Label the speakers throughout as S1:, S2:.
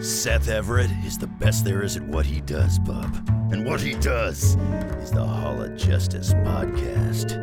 S1: Seth Everett is the best there is at what he does, bub. And what he does is the Hall of Justice podcast.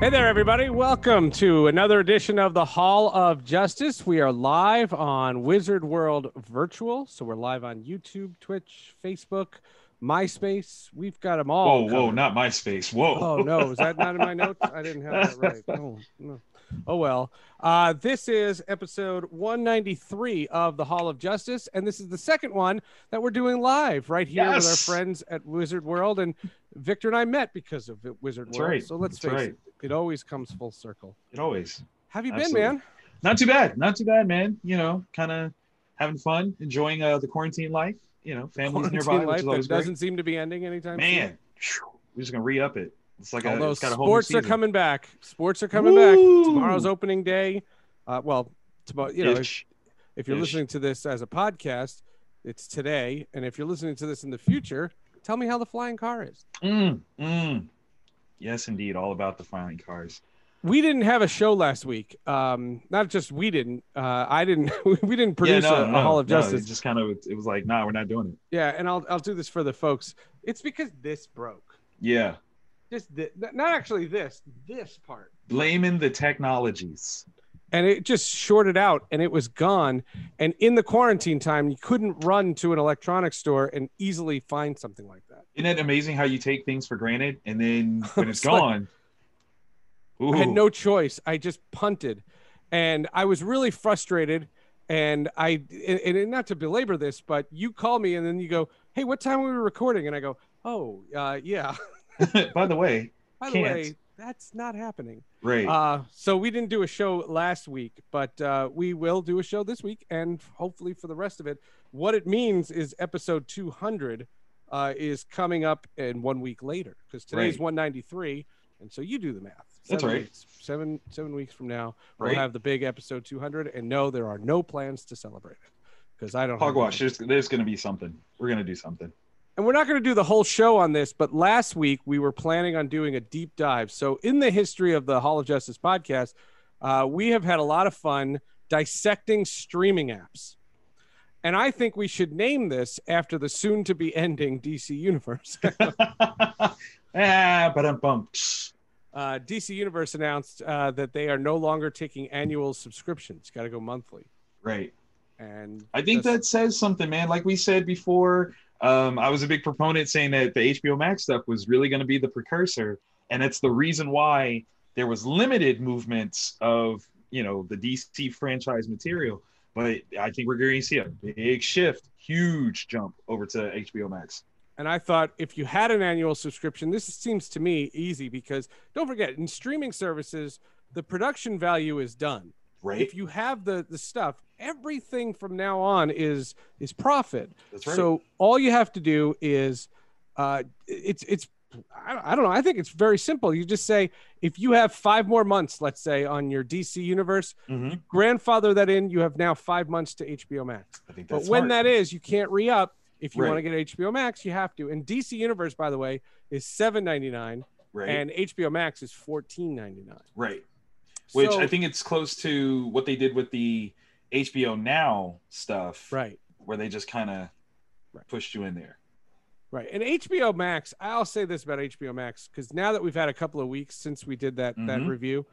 S2: Hey there, everybody. Welcome to another edition of the Hall of Justice. We are live on Wizard World Virtual. So we're live on YouTube, Twitch, Facebook, MySpace. We've got them all.
S3: Whoa, whoa,
S2: covered.
S3: not MySpace. Whoa.
S2: Oh, no. Is that not in my notes? I didn't have that right. Oh, no. oh well. Uh, this is episode 193 of the Hall of Justice. And this is the second one that we're doing live right here with our
S3: Yes.
S2: friends at Wizard World. And Victor and I met because of Wizard
S3: That's
S2: World.
S3: right.
S2: So let's face
S3: That's right.
S2: it, it always comes full circle.
S3: It always.
S2: Have you
S3: Absolutely.
S2: been, man?
S3: Not too bad. Not too bad, man. You know, kind of having fun, enjoying uh, the quarantine life. You know, families
S2: Quarantine
S3: nearby, which
S2: life
S3: is
S2: that
S3: always great.
S2: doesn't seem to be ending anytime
S3: Man, phew, we're just gonna re-up it. It's like
S2: soon.
S3: a,
S2: Although
S3: it's got a whole new
S2: sports are
S3: season.
S2: coming back. Sports are coming
S3: Woo!
S2: back. Tomorrow's opening day. Uh, well, tomorrow, you know, if-
S3: Ish.
S2: if you're
S3: Ish.
S2: listening to this as a podcast, it's today. And if you're listening to this in the future, tell me how the flying car is.
S3: Mm, mm. Yes, indeed. All about the filing cars.
S2: We didn't have a show last week. Um, not just we didn't. Uh, I didn't. We didn't produce
S3: yeah, no,
S2: a, a
S3: no,
S2: Hall of
S3: no,
S2: Justice.
S3: it just kind of it was like, nah, we're not doing it.
S2: Yeah, and I'll I'll do this for the folks. It's because this broke.
S3: Yeah,
S2: Just thi- not actually this. This part.
S3: blaming the technologies.
S2: and it just shorted out and it was gone and in the quarantine time you couldn't run to an electronics store and easily find something like that
S3: Isn't it amazing how you take things for granted and then when it's
S2: It's like-
S3: gone?
S2: i had
S3: ooh.
S2: no choice i just punted and i was really frustrated and i and, and not to belabor this but you call me and then you go hey what time were we recording and i go oh uh, yeah
S3: By the way,
S2: by the
S3: Can't.
S2: way that's not happening
S3: Ray,
S2: uh, so we didn't do a show last week, but uh, we will do a show this week, and hopefully for the rest of it. What it means is episode 200 uh, is coming up in one week later because today's
S3: Right.
S2: 193, and so you do the math.
S3: That's
S2: Seven
S3: right.
S2: weeks- seven seven weeks from now,
S3: Right.
S2: we'll have the big episode 200, and no, there are no plans to celebrate it because I don't. have
S3: hogwash.
S2: any.
S3: There's, there's going to be something. We're going to do something.
S2: And we're not going to do the whole show on this, but last week we were planning on doing a deep dive. So, in the history of the Hall of Justice podcast, uh, we have had a lot of fun dissecting streaming apps. And I think we should name this after the soon to be ending DC Universe.
S3: ah, but I'm bumped.
S2: uh, DC Universe announced uh, that they are no longer taking annual subscriptions, got to go monthly.
S3: Right.
S2: And
S3: I think
S2: that's-
S3: that says something, man. Like we said before, um, I was a big proponent saying that the HBO Max stuff was really going to be the precursor, and it's the reason why there was limited movements of you know the DC franchise material. But I think we're going to see a big shift, huge jump over to HBO Max.
S2: And I thought if you had an annual subscription, this seems to me easy because don't forget in streaming services, the production value is done.
S3: Right.
S2: If you have the the stuff, everything from now on is is profit.
S3: That's right.
S2: So all you have to do is, uh, it's it's I, I don't know. I think it's very simple. You just say if you have five more months, let's say on your DC universe,
S3: Mhm.
S2: grandfather that in, you have now five months to HBO Max
S3: I think
S2: but
S3: that's
S2: when
S3: smart.
S2: that is, you can't re up. If you
S3: Right.
S2: want to get HBO Max, you have to. And DC Universe, by the way, is seven ninety nine,
S3: right.
S2: and HBO Max is fourteen ninety nine.
S3: Right. Which I think it's close to what they did with the HBO Now stuff,
S2: right,
S3: where they just kind of
S2: Right.
S3: pushed you in there.
S2: right. And HBO Max, I'll say this about HBO Max because now that we've had a couple of weeks since we did that that
S3: Mhm.
S2: review,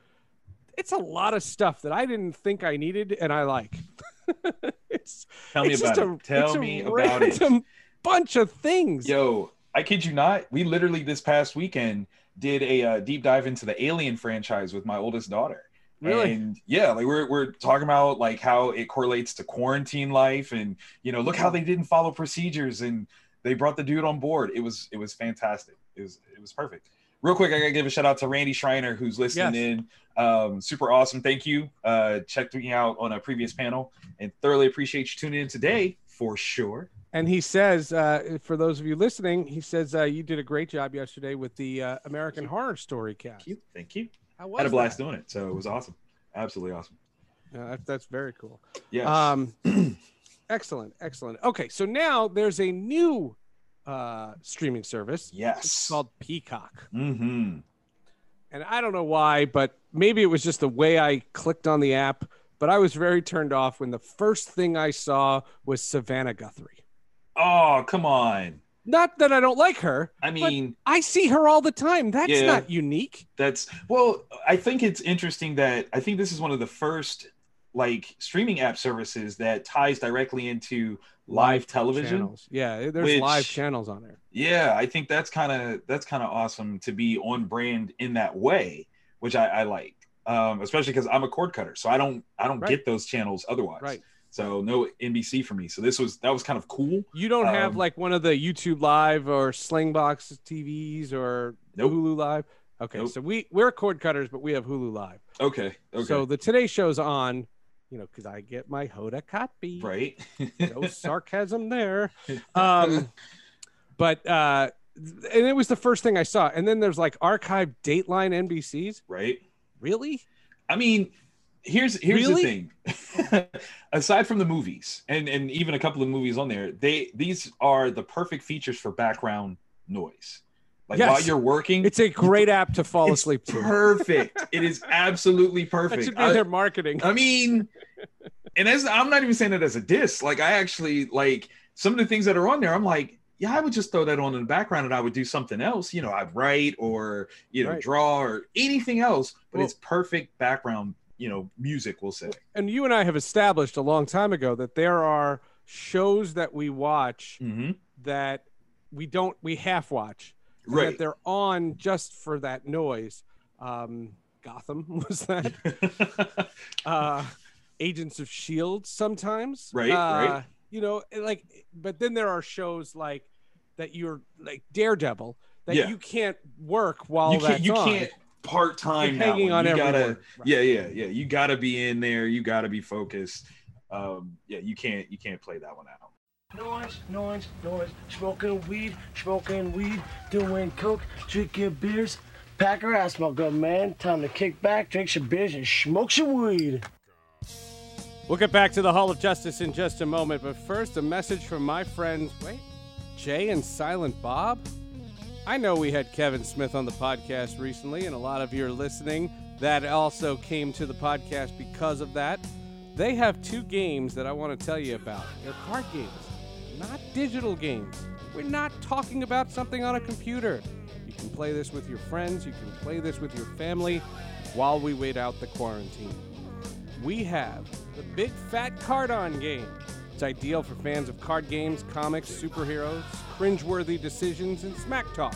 S2: it's a lot of stuff that I didn't think I needed and I like. it's
S3: Tell me
S2: it's
S3: about
S2: just a
S3: it. Tell
S2: it's a
S3: me about
S2: random
S3: it.
S2: bunch of things.
S3: Yo, I kid you not. We literally this past weekend did a uh, deep dive into the Alien franchise with my oldest daughter,
S2: Really?
S3: And yeah, like we're we're talking about like how it correlates to quarantine life and you know, look how they didn't follow procedures and they brought the dude on board. It was it was fantastic. It was it was perfect. Real quick, I gotta give a shout out to Randy Schreiner who's listening in. Um, super awesome. Thank you. Uh checked me out on a previous panel and thoroughly appreciate you tuning in today for sure.
S2: And he says, uh, for those of you listening, he says uh, you did a great job yesterday with the uh, American Horror Story cast.
S3: Thank you. Thank you.
S2: How was
S3: Had a blast
S2: that?
S3: doing it. So it was awesome. Absolutely awesome.
S2: Yeah, that- that's very cool.
S3: Yes.
S2: Um, excellent, excellent. Okay, so now there's a new uh, streaming service. It's
S3: yes.
S2: called Peacock,
S3: Mm-hmm.
S2: and I don't know why, but maybe it was just the way I clicked on the app. But I was very turned off when the first thing I saw was Savannah Guthrie.
S3: Oh, come on.
S2: Not that I don't like her.
S3: I mean,
S2: I see her all the time. That's
S3: Yeah.
S2: not unique.
S3: that's well, I think it's interesting that I think this is one of the first like streaming app services that ties directly into live television.
S2: Channels. Yeah, there's
S3: Which-
S2: live channels on there.
S3: Yeah, I think that's kind of that's kind of awesome to be on brand in that way, which I, I like. Um, especially because I'm a cord cutter, so I don't I don't
S2: Right.
S3: get those channels otherwise.
S2: Right.
S3: So no NBC for me. So this was that was kind of cool.
S2: You don't have
S3: Um,
S2: like one of the YouTube Live or Slingbox TVs or
S3: Nope.
S2: Hulu Live. Okay,
S3: Nope.
S2: so we we're cord cutters, but we have Hulu Live.
S3: Okay. Okay.
S2: So the Today Show's on, you know, because I get my Hoda copy.
S3: right.
S2: No sarcasm there. Um, but uh, and it was the first thing I saw. And then there's like archived Dateline NBCs.
S3: right.
S2: Really?
S3: I mean, here's here's
S2: Really?
S3: the thing. Aside from the movies and and even a couple of movies on there, they these are the perfect features for background noise. Like
S2: Yes.
S3: while you're working,
S2: It's a great app to fall
S3: It's
S2: asleep to.
S3: perfect. it is absolutely
S2: That
S3: perfect.
S2: should be
S3: I-
S2: their marketing.
S3: I mean, and as I'm not even saying that as a diss. Like I actually like some of the things that are on there. I'm like, yeah, I would just throw that on in the background and I would do something else. You know, I'd write or you know
S2: Right.
S3: draw or anything else. But
S2: Well-
S3: it's perfect background. You know, music. We'll say.
S2: and you and I have established a long time ago that there are shows that we watch
S3: Mm-hmm.
S2: that we don't we half watch and that
S3: Right.
S2: they're on just for that noise. Um, Gotham was that uh, Agents of Shield E sometimes,
S3: Right,
S2: Uh,
S3: right.
S2: You know, and like, but then there are shows like that you're like Daredevil that
S3: Yeah.
S2: you can't work while
S3: you can't.
S2: that's
S3: You
S2: on.
S3: can't part time.
S2: You're hanging on
S3: you
S2: every
S3: gotta,
S2: word. Right.
S3: Yeah, yeah, yeah. You gotta be in there. You gotta be focused. Um, yeah, you can't. You can't play that one out.
S4: Noise, noise, noise. Smoking weed, smoking weed. Doing coke, drinking beers. Pack your ass, my good man. Time to kick back, drink your beers, and smoke your weed.
S2: We'll get back to the Hall of Justice in just a moment, but first, a message from my friends, wait, Jay and Silent Bob? I know we had Kevin Smith on the podcast recently, and a lot of you are listening that also came to the podcast because of that. They have two games that I want to tell you about. They're card games, not digital games. We're not talking about something on a computer. You can play this with your friends, you can play this with your family while we wait out the quarantine we have the Big Fat Card On game. It's ideal for fans of card games, comics, superheroes, cringeworthy decisions, and smack talk.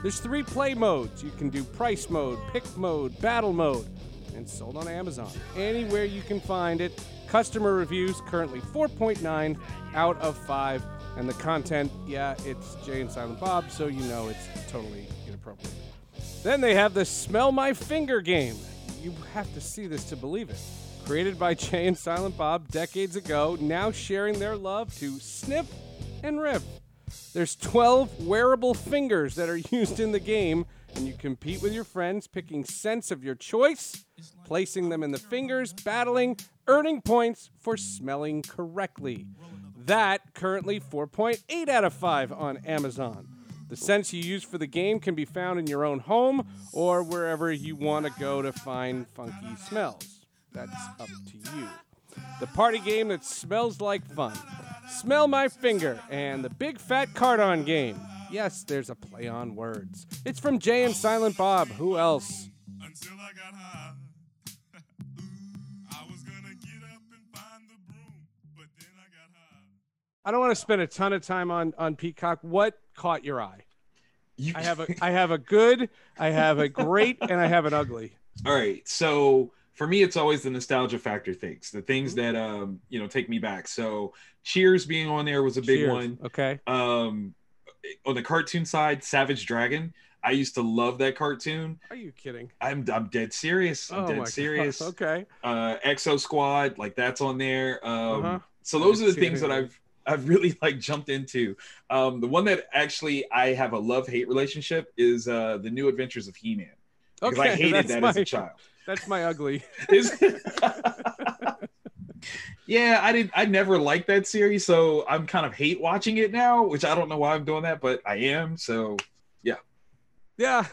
S2: There's three play modes. You can do price mode, pick mode, battle mode, and it's sold on Amazon. Anywhere you can find it. Customer reviews currently 4.9 out of 5. And the content, yeah, it's Jay and Silent Bob, so you know it's totally inappropriate. Then they have the Smell My Finger game. You have to see this to believe it. Created by Jay and Silent Bob decades ago, now sharing their love to snip and rip. There's 12 wearable fingers that are used in the game, and you compete with your friends, picking scents of your choice, placing them in the fingers, battling, earning points for smelling correctly. That currently 4.8 out of 5 on Amazon. The scents you use for the game can be found in your own home or wherever you want to go to find funky smells. That's up to you. The party game that smells like fun. Smell My Finger and the Big Fat Cardon game. Yes, there's a play on words. It's from Jay and Silent Bob. Who else?
S5: until I got high. I was gonna get up and find the broom, but then I got high.
S2: I don't want to spend a ton of time on, on Peacock. What caught your eye?
S3: You,
S2: I have a I have a good, I have a great, and I have an ugly.
S3: All right. So for me, it's always the nostalgia factor things, the things
S2: Mm-hmm.
S3: that um, you know take me back. So Cheers being on there was a big
S2: Cheers.
S3: one.
S2: Okay.
S3: Um, on the cartoon side, Savage Dragon. I used to love that cartoon.
S2: Are you kidding?
S3: I'm I'm dead serious. I'm
S2: oh my
S3: dead
S2: God.
S3: serious.
S2: Okay.
S3: Uh, Exo Squad, like that's on there. Um,
S2: Uh-huh.
S3: so
S2: I
S3: those are
S2: didn't
S3: the
S2: see
S3: things that
S2: any of
S3: I've I've really like jumped into. Um, the one that actually I have a love hate relationship is uh, the New Adventures of He Man because
S2: Okay.
S3: I hated
S2: that's
S3: that
S2: my,
S3: as a child.
S2: That's my ugly.
S3: Is- yeah, I did. I never liked that series, so I'm kind of hate watching it now, which I don't know why I'm doing that, but I am. So
S2: Yeah.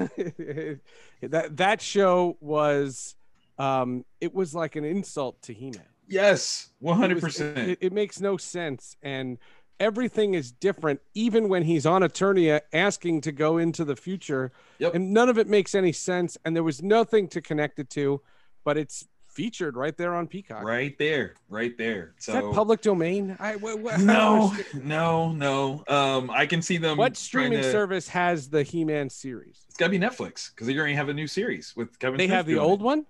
S2: that that show was um it was like an insult to He-Man.
S3: yes,
S2: It
S3: 100.
S2: was- It,
S3: percent
S2: it makes no sense, and everything is different. Even when he's on Eternia, asking to go into the future,
S3: Yep.
S2: and none of it makes any sense. And there was nothing to connect it to, but it's featured right there on Peacock.
S3: Right there, right there.
S2: Is that
S3: So
S2: public domain? I, wha- wha- I don't
S3: no,
S2: understand.
S3: no, no. Um, I can see them.
S2: What
S3: trying
S2: streaming
S3: to-
S2: service has the He-Man series?
S3: It's gotta be Netflix because they already have a new series with Kevin.
S2: They
S3: Smith
S2: have the
S3: doing
S2: old
S3: it.
S2: one.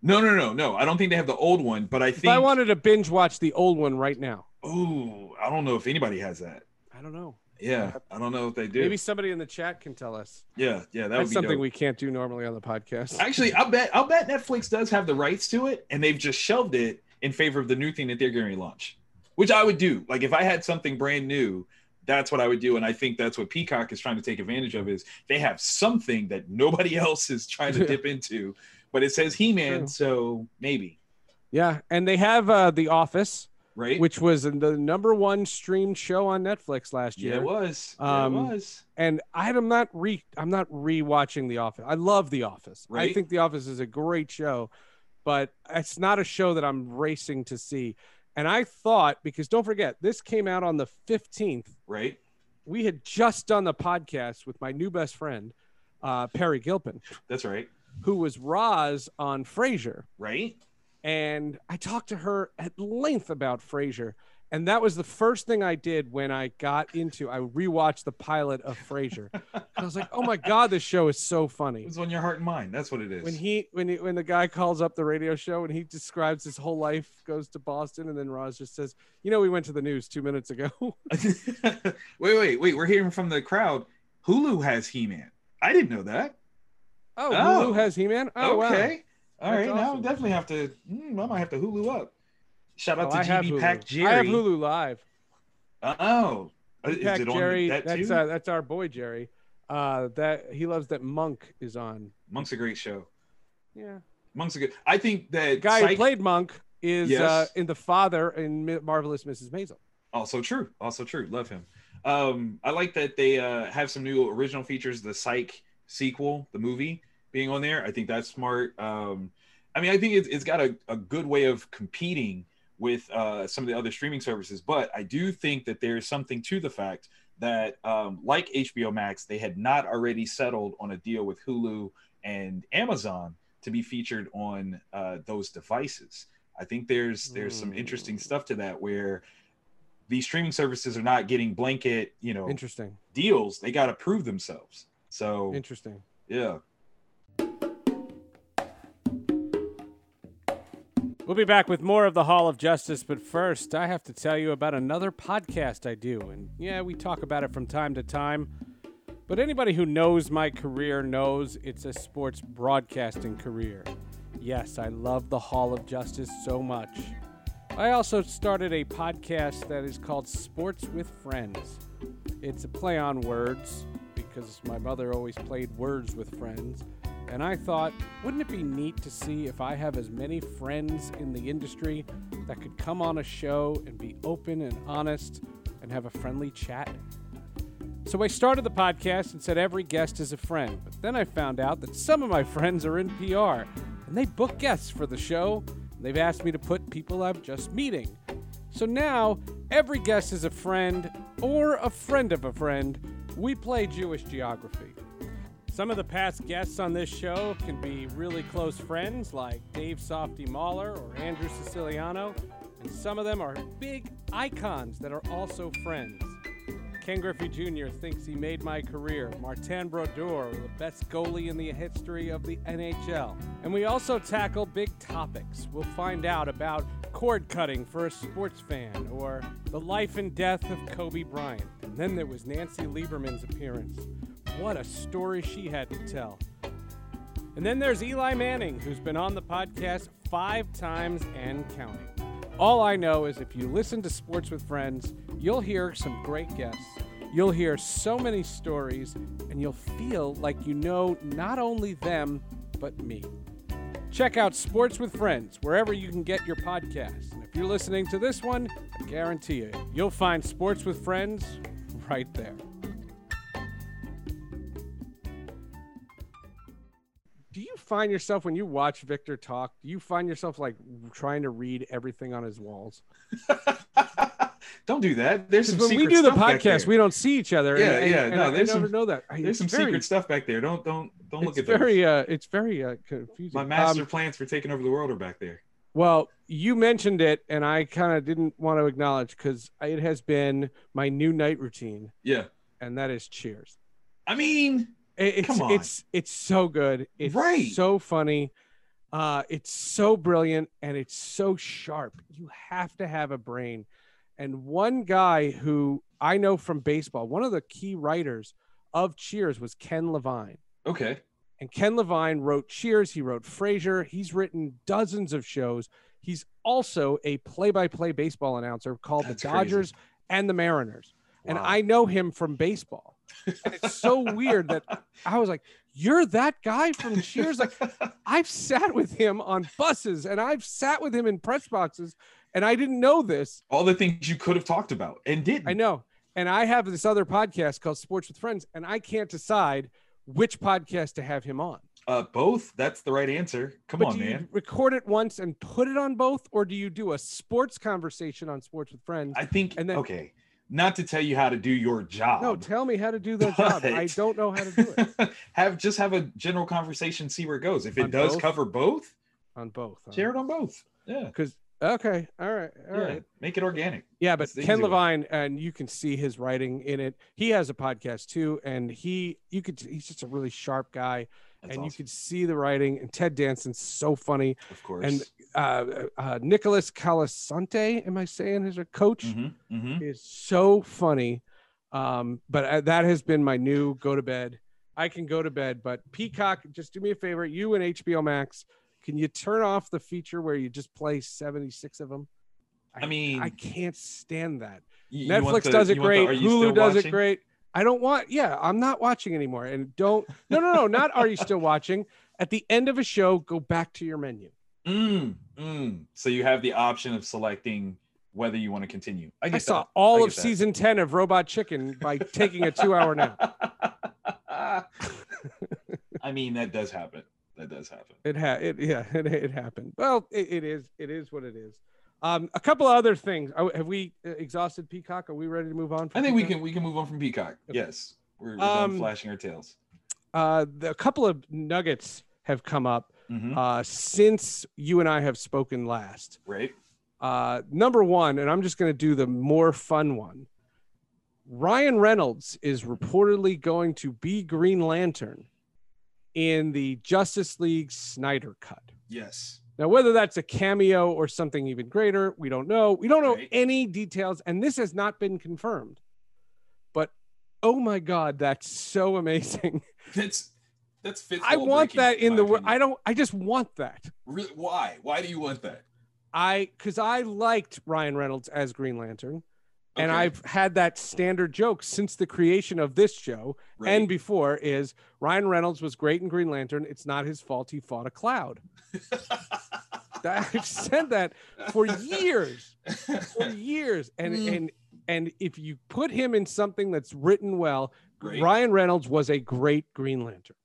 S3: No, no, no, no. I don't think they have the old one, but I
S2: If
S3: think.
S2: I wanted to binge watch the old one right now,
S3: Ooh, I don't know if anybody has that.
S2: I don't know.
S3: Yeah, I don't know if they do.
S2: Maybe somebody in the chat can tell us.
S3: Yeah, yeah, that would
S2: That's
S3: be
S2: something
S3: dope.
S2: we can't do normally on the podcast.
S3: Actually, I bet I bet Netflix does have the rights to it, and they've just shelved it in favor of the new thing that they're going to launch, which I would do. Like if I had something brand new, that's what I would do, and I think that's what Peacock is trying to take advantage of is they have something that nobody else is trying to dip into, but it says He Man,
S2: True.
S3: so maybe
S2: yeah, and they have uh, the Office.
S3: right?
S2: which was the number one streamed show on Netflix last
S3: yeah,
S2: year.
S3: it was,
S2: Um,
S3: yeah, it was.
S2: And I'm not re I'm not rewatching The Office. I love The Office. I
S3: Right.
S2: think The Office is a great show, but it's not a show that I'm racing to see. And I thought because don't forget this came out on the 15th.
S3: right?
S2: We had just done the podcast with my new best friend, uh, Perry Gilpin,
S3: That's right,
S2: who was Roz on Frasier
S3: right?
S2: and I talked to her at length about Frasier. And that was the first thing I did when I got into. I rewatched the pilot of Frasier. And I was like, "Oh my god, this show is so
S3: It
S2: funny."
S3: was on your heart and mind. That's what it is.
S2: When he, when he, when the guy calls up the radio show and he describes his whole life, goes to Boston, and then Roz just says, "You know, we went to the news two minutes ago." Oh,
S3: wait, wait, wait. We're hearing from the crowd. Hulu has He Man. I didn't know that.
S2: oh,
S3: Oh.
S2: Hulu has He-Man. Oh wow.
S3: okay. All right.
S2: That's
S3: Now I
S2: awesome.
S3: definitely have to. Mm, I might have to Hulu up. Shout out
S2: Oh,
S3: to
S2: I have
S3: GB Pack
S2: Hulu.
S3: Jerry.
S2: I have Hulu Live.
S3: Oh, is
S2: Pack
S3: it on
S2: Jerry.
S3: that
S2: that's
S3: too?
S2: uh, that's our boy Jerry. Uh, that he loves that Monk is on.
S3: Monk's a great show.
S2: Yeah.
S3: Monk's a good. I think that
S2: The guy who
S3: Psych-
S2: played Monk is uh,
S3: Yes.
S2: in the father in Mi- Marvelous Mrs. Maisel.
S3: also true. Also true. Love him. Um, I like that they uh, have some new original features. The Psych sequel, the movie being on there. I think that's smart. Um, I mean, I think it's, it's got a, a good way of competing with uh, some of the other streaming services. But I do think that there's something to the fact that, um, like HBO Max, they had not already settled on a deal with Hulu and Amazon to be featured on uh, those devices. I think there's there's some interesting stuff to that where these streaming services are not getting blanket, you know,
S2: Interesting.
S3: deals. They got to prove themselves. So
S2: Interesting.
S3: yeah,
S2: We'll be back with more of the Hall of Justice, but first, I have to tell you about another podcast I do. And yeah, we talk about it from time to time. But anybody who knows my career knows it's a sports broadcasting career. Yes, I love the Hall of Justice so much. I also started a podcast that is called Sports with Friends. It's a play on words because my mother always played words with friends. And I thought, wouldn't it be neat to see if I have as many friends in the industry that could come on a show and be open and honest and have a friendly chat? So I started the podcast and said every guest is a friend. But then I found out that some of my friends are in PR and they book guests for the show. They've asked me to put people I'm just meeting. So now every guest is a friend or a friend of a friend. We play Jewish geography. Some of the past guests on this show can be really close friends, like Dave Softy Mahler or Andrew Siciliano, and some of them are big icons that are also friends. Ken Griffey Jr. thinks he made my career. Martin Brodeur, the best goalie in the history of the NHL. And we also tackle big topics. We'll find out about cord cutting for a sports fan or the life and death of Kobe Bryant. And then there was Nancy Lieberman's appearance. What a story she had to tell. And then there's Eli Manning, who's been on the podcast five times and counting. All I know is if you listen to Sports with Friends, you'll hear some great guests. You'll hear so many stories, and you'll feel like you know not only them, but me. Check out Sports with Friends wherever you can get your podcasts. And if you're listening to this one, I guarantee you, you'll find Sports with Friends right there. do you find yourself when you watch Victor talk, do you find yourself like trying to read everything on his walls?
S3: Don't do that. There's
S2: 'Cause
S3: some
S2: when we
S3: secret
S2: do the
S3: stuff back
S2: podcast,
S3: there.
S2: we don't see each other.
S3: Yeah,
S2: and,
S3: yeah,
S2: And,
S3: no,
S2: and
S3: there's
S2: I never
S3: some-
S2: know that. I-
S3: There's
S2: it's
S3: some
S2: very-
S3: secret stuff back there. Don't don't don't look
S2: it's
S3: at those.
S2: very, uh, it's very uh, confusing.
S3: My
S2: Um,
S3: master plans for taking over the world are back there.
S2: well, you mentioned it, and I kind of didn't want to acknowledge because it has been my new night routine,
S3: Yeah.
S2: and that is Cheers.
S3: I mean,
S2: It- It's
S3: Come on.
S2: it's it's so good. It's
S3: Right.
S2: so funny. Uh, it's so brilliant and it's so sharp. You have to have a brain. And one guy who I know from baseball, one of the key writers of Cheers was Ken Levine.
S3: okay.
S2: And Ken Levine wrote Cheers. He wrote Frasier. He's written dozens of shows. He's also a play-by-play baseball announcer called
S3: That's
S2: the
S3: crazy.
S2: Dodgers and the Mariners and
S3: Wow.
S2: I know him from baseball. And it's so weird that I was like, "You're that guy from Cheers." Like, I've sat with him on buses, and I've sat with him in press boxes, and I didn't know this.
S3: all the things you could have talked about and didn't.
S2: I know, and I have this other podcast called Sports with Friends, and I can't decide which podcast to have him on.
S3: Uh, both. That's the right answer. Come
S2: but
S3: on,
S2: do you
S3: man.
S2: record it once and put it on both, or do you do a sports conversation on Sports with Friends?
S3: I think.
S2: and then-
S3: okay. Not to tell you how to do your job.
S2: no, tell me how to do that job. I
S3: But-
S2: don't know how to do it
S3: have just have a general conversation. See where it goes. If it
S2: On
S3: does
S2: both?
S3: cover both,
S2: on both.
S3: share it on both. Yeah.
S2: Because okay, all right, all
S3: yeah.
S2: right.
S3: Make it organic.
S2: Yeah, but
S3: It's the
S2: Ken
S3: easy way.
S2: Levine, and you can see his writing in it. He has a podcast too, and he you could he's just a really sharp guy,
S3: That's
S2: and you
S3: awesome.
S2: could see the writing. And Ted Danson's so funny,
S3: of course.
S2: and uh, uh, Nicholas Calasante, am I saying his coach
S3: Mhm, mhm.
S2: is so funny. Um, but uh, that has been my new go to bed. I can go to bed, but Peacock, just do me a favor. You and HBO Max, can you turn off the feature where you just play seventy six of them?
S3: I mean,
S2: I can't stand that.
S3: you- you want
S2: Netflix
S3: the-
S2: does it
S3: you want the,
S2: great.
S3: "Are you still
S2: Hulu does it
S3: watching?"
S2: great. I don't want. Yeah, I'm not watching anymore. And don't. No, no, no. Not are you still watching? At the end of a show, go back to your menu.
S3: Mm, mm. So you have the option of selecting whether you want to continue. I
S2: I
S3: guess
S2: saw all
S3: I
S2: of
S3: get that.
S2: season ten of Robot Chicken by taking a two-hour nap.
S3: I mean, that does happen. That does happen.
S2: It ha- it yeah, it, it happened. Well, it, it is it is what it is. Um, a couple of other things. Are- have we uh, exhausted Peacock? Are we ready to move on? from
S3: I think we
S2: Peacock?
S3: can we can move on from Peacock.
S2: Okay.
S3: Yes, we're, we're
S2: Um,
S3: done flashing our tails.
S2: Uh, the, a couple of nuggets have come up
S3: Mhm.
S2: uh, since you and I have spoken last.
S3: Right?
S2: Uh, number one, and I'm just going to do the more fun one. Ryan Reynolds is reportedly going to be Green Lantern in the Justice League Snyder Cut.
S3: Yes.
S2: Now, whether that's a cameo or something even greater, we don't know. We don't know
S3: Right.
S2: any details, and this has not been confirmed. But oh my God, that's so amazing.
S3: That's that's fifth.
S2: I
S3: wall
S2: want
S3: breaking,
S2: that in
S3: my
S2: the world.
S3: opinion.
S2: I don't, I just want that.
S3: Really, why? Why do you want that?
S2: I because I liked Ryan Reynolds as Green Lantern, and
S3: Okay,
S2: I've had that standard joke since the creation of this show
S3: right.
S2: and before. Is Ryan Reynolds was great in Green Lantern? It's not his fault he fought a cloud. I've said that for years, for years, and
S3: Mm.
S2: and and if you put him in something that's written well,
S3: Great.
S2: Ryan Reynolds was a great Green Lantern.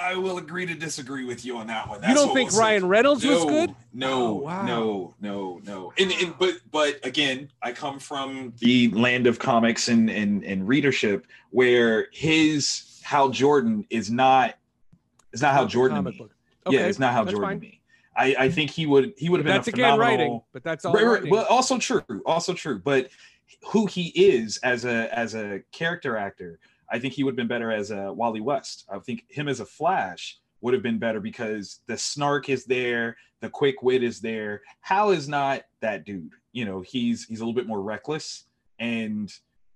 S3: I will agree to disagree with you on that one.
S2: you
S3: That's
S2: don't
S3: what
S2: think
S3: we'll say.
S2: Ryan Reynolds was
S3: No,
S2: good?
S3: No,
S2: Oh, wow.
S3: no, no, no. And, and but but again, I come from the land of comics and and and readership, where his Hal Jordan is not is not Hal
S2: Not the
S3: Jordan. to
S2: comic
S3: me.
S2: book. Okay,
S3: yeah, it's not Hal
S2: that's
S3: Jordan.
S2: fine.
S3: to me. I I think he would he would have been
S2: That's
S3: a
S2: again
S3: phenomenal,
S2: writing, but that's all.
S3: Right, right,
S2: writing.
S3: Well, also true, also true. But who he is as a as a character actor. I think he would have been better as a Wally West. I think him as a Flash would have been better because the snark is there, the quick wit is there. Hal is not that dude. You know, he's he's a little bit more reckless and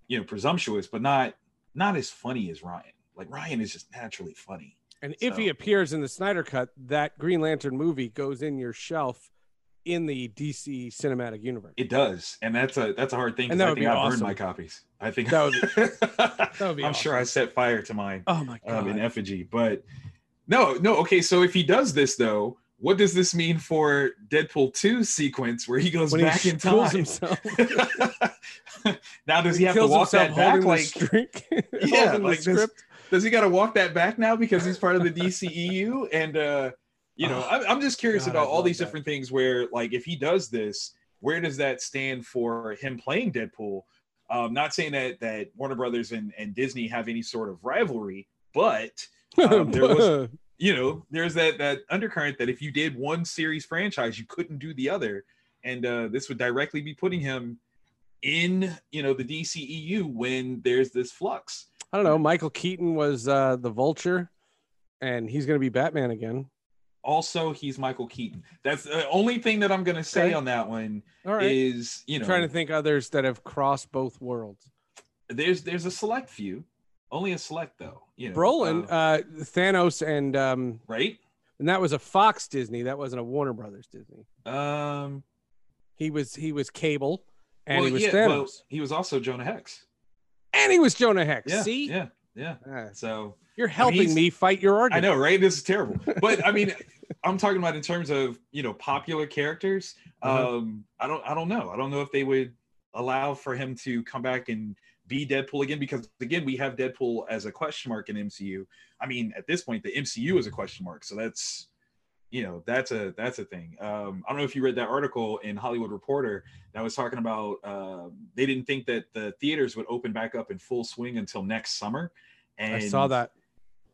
S3: you know presumptuous, but not not as funny as Ryan. Like Ryan is just naturally funny.
S2: And if
S3: So-
S2: he appears in the Snyder Cut, that Green Lantern movie goes in your shelf in the DC cinematic universe.
S3: It does, and that's a that's a hard thing.
S2: And
S3: 'cause
S2: that
S3: I
S2: would
S3: think
S2: be
S3: I
S2: awesome.
S3: burned my copies. I think
S2: That would be-
S3: that
S2: would be
S3: I'm sure I set fire to mine
S2: Oh my god.
S3: um, in effigy. But no, no. Okay, so if he does this though, what does this mean for Deadpool two sequence where he goes
S2: when
S3: back
S2: he
S3: in
S2: kills
S3: time?
S2: himself.
S3: now does he, have to
S2: kills
S3: walk
S2: himself
S3: that back?
S2: holding the
S3: Like
S2: string,
S3: Yeah,
S2: holding the
S3: like this-
S2: script.
S3: does he got to walk that back now because he's part of the DCEU? And uh, you know,
S2: Oh,
S3: I'm, I'm just curious
S2: God,
S3: about
S2: I'd
S3: all
S2: love
S3: these
S2: that.
S3: different things where, like, if he does this, where does that stand for him playing Deadpool? Um, not saying that that Warner Brothers and, and Disney have any sort of rivalry, but Um, there was- you know, there's that that undercurrent that if you did one series franchise, you couldn't do the other, and uh, this would directly be putting him in, you know, the DCEU when there's this flux.
S2: I don't
S3: Hmm.
S2: know. Michael Keaton was uh, the Vulture, and he's gonna be Batman again.
S3: also he's Michael Keaton. That's the only thing that I'm gonna say
S2: Okay.
S3: on that one
S2: All right.
S3: is you know
S2: trying to think others that have crossed both worlds.
S3: there's there's a select few, only a select though. You know,
S2: Brolin,
S3: uh,
S2: uh, Thanos, and um,
S3: right?
S2: and that was a Fox Disney. That wasn't a Warner Brothers Disney.
S3: Um,
S2: He was he was Cable, and
S3: well,
S2: he was
S3: yeah,
S2: Thanos,
S3: well, he was also Jonah Hex.
S2: and he was Jonah Hex.
S3: Yeah,
S2: See,
S3: yeah, yeah.
S2: Ah,
S3: So
S2: you're
S3: I mean,
S2: helping
S3: he's-
S2: me fight your
S3: I
S2: argument.
S3: know, right? This is terrible, but I mean, I'm talking about in terms of you know popular characters.
S2: Uh-huh.
S3: Um, I don't, I don't know. I don't know if they would allow for him to come back and be Deadpool again because again, we have Deadpool as a question mark in MCU. I mean, at this point, the MCU is a question mark, so that's you know that's a that's a thing. Um, I don't know if you read that article in Hollywood Reporter that was talking about uh, they didn't think that the theaters would open back up in full swing until next summer. And
S2: I saw that.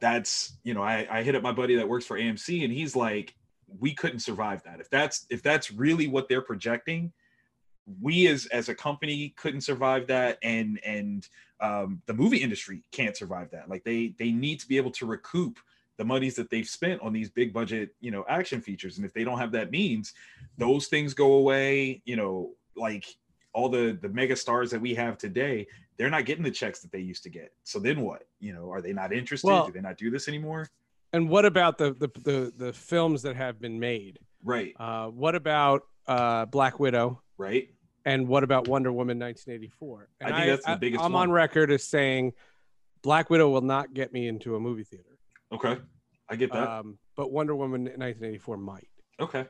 S3: that's you know I, I hit up my buddy that works for amc and he's like we couldn't survive that if that's if that's really what they're projecting we as as a company couldn't survive that and and um, the movie industry can't survive that like they they need to be able to recoup the monies that they've spent on these big budget you know action features and if they don't have that means those things go away you know like all the the mega stars that we have today they're not getting the checks that they used to get so then what you know are they not interested
S2: Well-
S3: do they not do this anymore
S2: And what about the the the, the films that have been made?
S3: right
S2: Uh, what about uh, Black Widow?
S3: right
S2: And what about Wonder Woman 1984? And
S3: I think that's the biggest
S2: I'm
S3: one.
S2: on record as saying Black Widow will not get me into a movie theater,
S3: okay i get that
S2: um, but Wonder Woman 1984 might.
S3: okay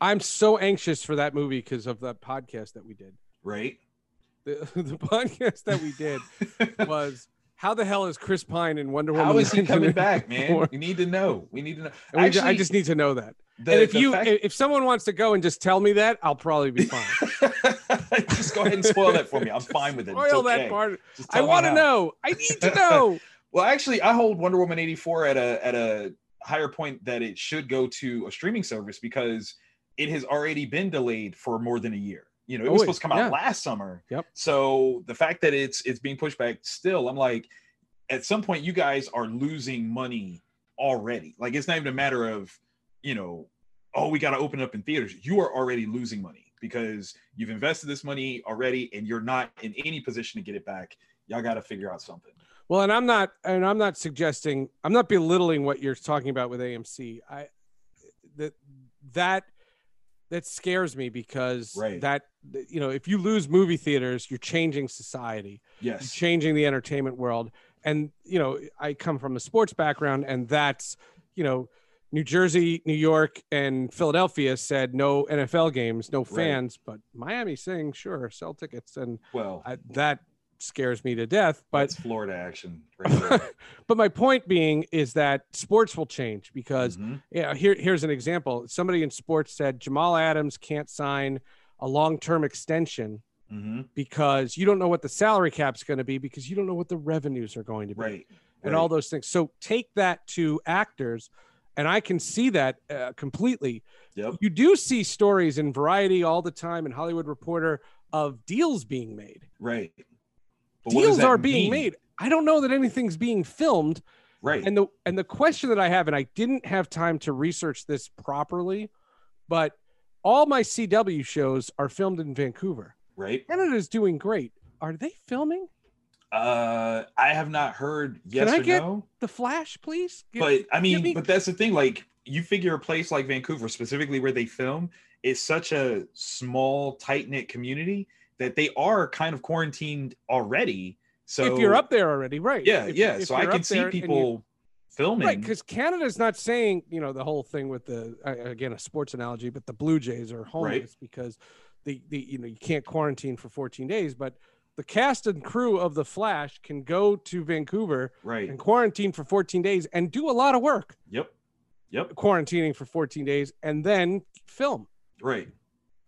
S2: I'm so anxious for that movie because of that podcast that we did.
S3: right
S2: The, the podcast that we did was how the hell is Chris Pine in Wonder Woman?
S3: how is he coming back man
S2: 1984?
S3: we need to know we need to know
S2: And we ju- I just need to know that.
S3: the,
S2: and if
S3: the
S2: you,
S3: fact-
S2: if someone wants to go and just tell me that, I'll probably be fine.
S3: just go aheil and spoil that for me i'm fine with it It's
S2: Spoil
S3: okay.
S2: that part.
S3: Just
S2: I
S3: tell me
S2: want to
S3: how.
S2: know. I need to know.
S3: Well, actually, I hold Wonder Woman 84 at a at a higher point that it should go to a streaming service because it has already been delayed for more than a year. You know, it
S2: Oh,
S3: was
S2: wait,
S3: supposed to come out
S2: yeah.
S3: last summer.
S2: Yep.
S3: So the fact that it's it's being pushed back still, I'm like, at some point you guys are losing money already. Like it's not even a matter of, you know, oh, we gotta open up in theaters. You are already losing money because you've invested this money already and you're not in any position to get it back. Y'all gotta figure out something.
S2: Well, and I'm not, and I'm not suggesting, I'm not belittling what you're talking about with AMC. I that that that scares me because
S3: Right.
S2: that that, you know, if you lose movie theaters, you're changing society, you're
S3: Yes.
S2: changing the entertainment world, and you know, I come from a sports background, and that's you know, New Jersey, New York, and Philadelphia said no NFL games, no
S3: Right.
S2: fans, but Miami saying sure, sell tickets, and
S3: Well,
S2: I, that scares me to death. But
S3: That's Florida action. Right there.
S2: but my point being is that sports will change because
S3: Mhm.
S2: yeah, here here's an example. Somebody in sports said Jamal Adams can't sign a long-term extension
S3: Mhm.
S2: because you don't know what the salary cap's going to be because you don't know what the revenues are going to be
S3: right,
S2: and all those things. So take that to actors and I can see that uh, completely.
S3: Yep.
S2: You do see stories in Variety all the time and Hollywood Reporter of deals being made.
S3: Right. But what does
S2: deals
S3: that
S2: are being
S3: mean?
S2: made. I don't know that anything's being filmed.
S3: Right.
S2: And the and the question that I have, and I didn't have time to research this properly, but all my CW shows are filmed in Vancouver.
S3: right.
S2: Canada's doing great. Are they filming
S3: Uh, I have not heard yes
S2: I
S3: or
S2: get-
S3: no.
S2: The Flash, please? Give-
S3: but I mean,
S2: me-
S3: but that's the thing. Like, you figure a place like Vancouver, specifically where they film, is such a small, tight knit community that they are kind of quarantined already. So
S2: if you're up there already, right?
S3: yeah,
S2: If-
S3: yeah.
S2: if
S3: so I
S2: you're
S3: can
S2: up there
S3: see
S2: and you-
S3: people filming.
S2: Right, because Canada's not saying you know the whole thing with the I- again a sports analogy, but the Blue Jays are homeless because the the you know you can't quarantine for 14 days, but the cast and crew of the Flash can go to Vancouver
S3: right.
S2: and quarantine for 14 days and do a lot of work
S3: Yep. Yep.
S2: quarantining for 14 days and then film.
S3: Right.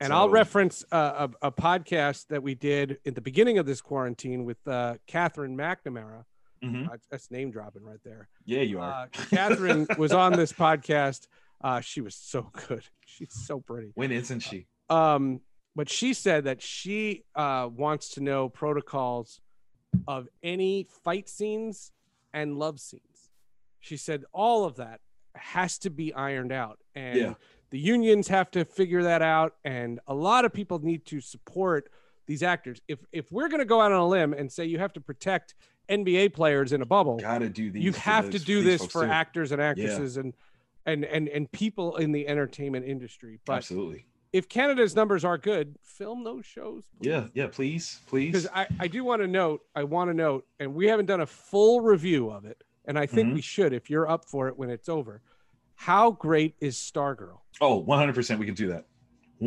S2: And I'll
S3: So-
S2: reference uh, a, a podcast that we did at the beginning of this quarantine with uh, Catherine McNamara.
S3: Mhm.
S2: Uh, that's name dropping right there.
S3: Yeah, you
S2: Uh,
S3: are.
S2: Catherine was on this podcast. Uh, she was so good. She's so pretty.
S3: when isn't she?
S2: Um, but she said that she uh, wants to know protocols of any fight scenes and love scenes. She said all of that has to be ironed out, and
S3: Yeah.
S2: the unions have to figure that out. And a lot of people need to support these actors. If if we're going to go out on a limb and say you have to protect NBA players in a bubble,
S3: Gotta do these.
S2: Uh, you have to
S3: those-
S2: do
S3: these
S2: this
S3: folks
S2: for
S3: too.
S2: actors and actresses and and and and people in the entertainment industry but
S3: Absolutely.
S2: if canada's numbers are good film those shows
S3: Yeah. Yeah. Please.
S2: because
S3: Please.
S2: I, I do want to note i want to note and we haven't done a full review of it and i
S3: Mm-hmm.
S2: think we should if you're up for it when it's over how great is stargirl
S3: oh, 100%. We can do that.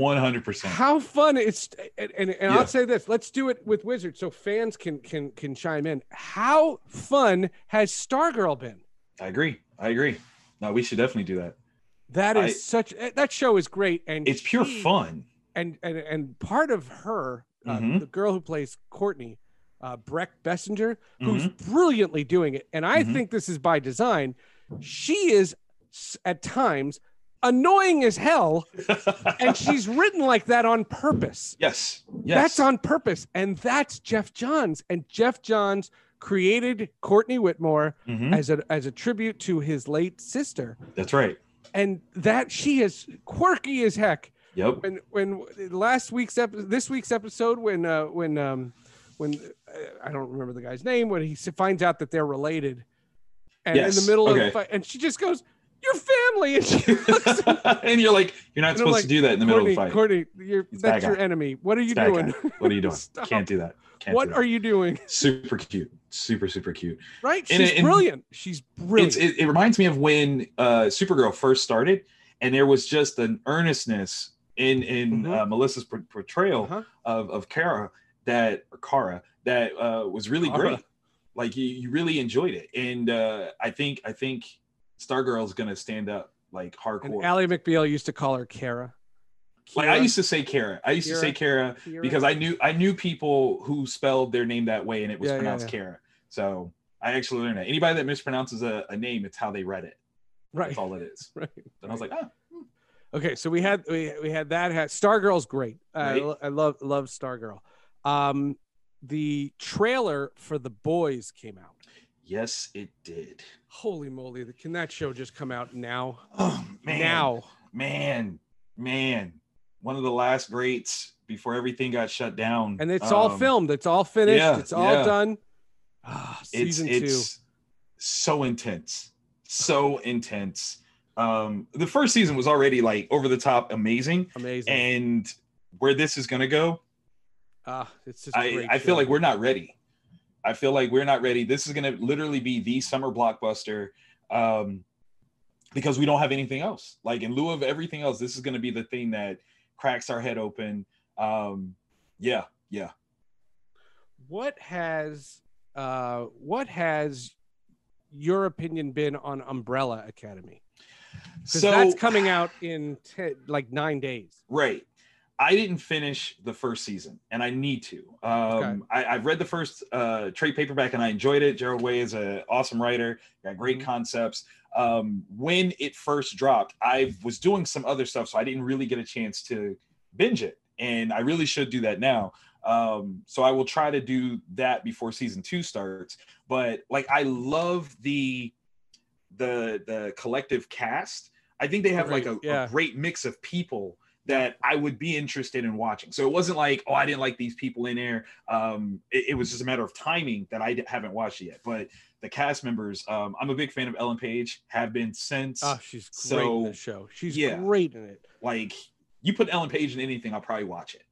S3: 100%.
S2: how fun it's and, and, and
S3: Yeah.
S2: i'll say this let's do it with wizard so fans can can can chime in how fun has stargirl been
S3: I agree. I agree. No, we should definitely do that.
S2: that
S3: I-
S2: is such that show is great and
S3: It's pure
S2: she-
S3: fun.
S2: and and and part of her, uh,
S3: Mhm.
S2: the girl who plays Courtney, uh, Breck Bessinger, who's brilliantly doing it, and I
S3: Mhm.
S2: think this is by design. She is s- at times annoying as hell, and she's written like that on purpose.
S3: Yes. Yes.
S2: That's on purpose, and that's Jeff Johns, and Jeff Johns created Courtney Whitmore
S3: Mhm.
S2: as a as a tribute to his late sister,
S3: That's right.
S2: and that she is quirky as heck
S3: Yep.
S2: when when last week's episode, this week's episode, when uh, when um, when uh, I don't remember the guy's name, when he s- finds out that they're related, and in
S3: Yes,
S2: the middle of
S3: okay.
S2: the fight, and she just goes, "Your family," and she looks at
S3: and you're like, you're
S2: And
S3: not
S2: I'm
S3: supposed
S2: like,
S3: to do that in the middle
S2: Courtney,
S3: of the fight.
S2: Courtney, you're,
S3: It's
S2: that's
S3: bad
S2: your
S3: guy.
S2: enemy. What are you
S3: It's bad
S2: doing?
S3: guy. What are you doing?
S2: Stop.
S3: Can't do that. Can't
S2: What
S3: do that.
S2: are you doing?
S3: super cute? Super, super cute.
S2: Right?
S3: And
S2: She's
S3: it- and
S2: brilliant. She's brilliant.
S3: It's, it, it reminds me of when uh, Supergirl first started, and there was just an earnestness in in
S2: Mhm.
S3: uh, Melissa's por- portrayal
S2: Uh-huh.
S3: of of Kara that or Kara that uh, was really
S2: Kara.
S3: great. Like you, you really enjoyed it, and uh, I think I think Stargirl's gonna stand up like hardcore.
S2: and Allie McBeal used to call her Kara.
S3: like I used to say Kara, I used to say Kara
S2: Kira.
S3: because I knew I knew people who spelled their name that way and it was
S2: Yeah, yeah,
S3: pronounced Kara. So I actually learned that. Anybody that mispronounces a, a name, it's how they read it.
S2: right.
S3: That's all it is.
S2: Right.
S3: And I was like, ah,
S2: Okay, so we had we, we had that hat. Stargirl's great. I,
S3: Right.
S2: lo- I love love Stargirl. Um, the trailer for The Boys came out.
S3: yes, it did.
S2: Holy moly! the- Can that show just come out now?
S3: Oh man,
S2: Now,
S3: man, man, one of the last greats before everything got shut down.
S2: and it's all
S3: Um,
S2: filmed. It's all finished.
S3: yeah,
S2: it's all
S3: yeah.
S2: done. Ah,
S3: It's
S2: season two.
S3: it's so intense, so intense. Um, the first season was already like over the top, amazing,
S2: Amazing.
S3: and where this is gonna go,
S2: ah, it's just. a
S3: I,
S2: great
S3: I feel
S2: show.
S3: like we're not ready. I feel like we're not ready. This is going to literally be the summer blockbuster um, because we don't have anything else. Like in lieu of everything else, this is going to be the thing that cracks our head open. Um, yeah, yeah.
S2: What has uh what has your opinion been on Umbrella Academy? Because
S3: So
S2: that's coming out in te- like nine days.
S3: right. I didn't finish the first season, and I need to. Um,
S2: Okay.
S3: I, I've read the first uh, trade paperback, and I enjoyed it. Gerald Way is an awesome writer. Got great
S2: Mhm.
S3: concepts. Um, when it first dropped, I was doing some other stuff, so I didn't really get a chance to binge it, and I really should do that now. Um, so I will try to do that before season two starts. But like I love the the the collective cast. I think they have like a,
S2: Great, yeah.
S3: a great mix of people that I would be interested in watching. So it wasn't like, oh, I didn't like these people in there. Um, it, it was just a matter of timing that I d- haven't watched it yet. But the cast members, um, I'm a big fan of Ellen Page, have been since.
S2: Oh, she's great in
S3: So,
S2: the show. She's
S3: yeah.
S2: great in it.
S3: like, you put Ellen Page in anything, I'll probably watch it.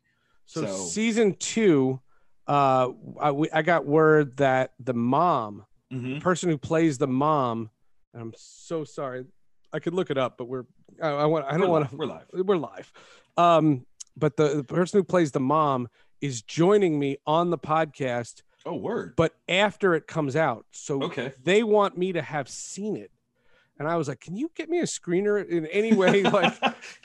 S2: So,
S3: So-
S2: season two, uh, I, we- I got word that the mom,
S3: Mhm.
S2: the person who plays the mom, and I'm so sorry, I could look it up, but we're I, I want I
S3: We're
S2: don't want
S3: live, We're live.
S2: to we're live, um, but the, the person who plays the mom is joining me on the podcast,
S3: Oh, word.
S2: but after it comes out, so
S3: Okay.
S2: they want me to have seen it, and I was like, can you get me a screener in any way, like.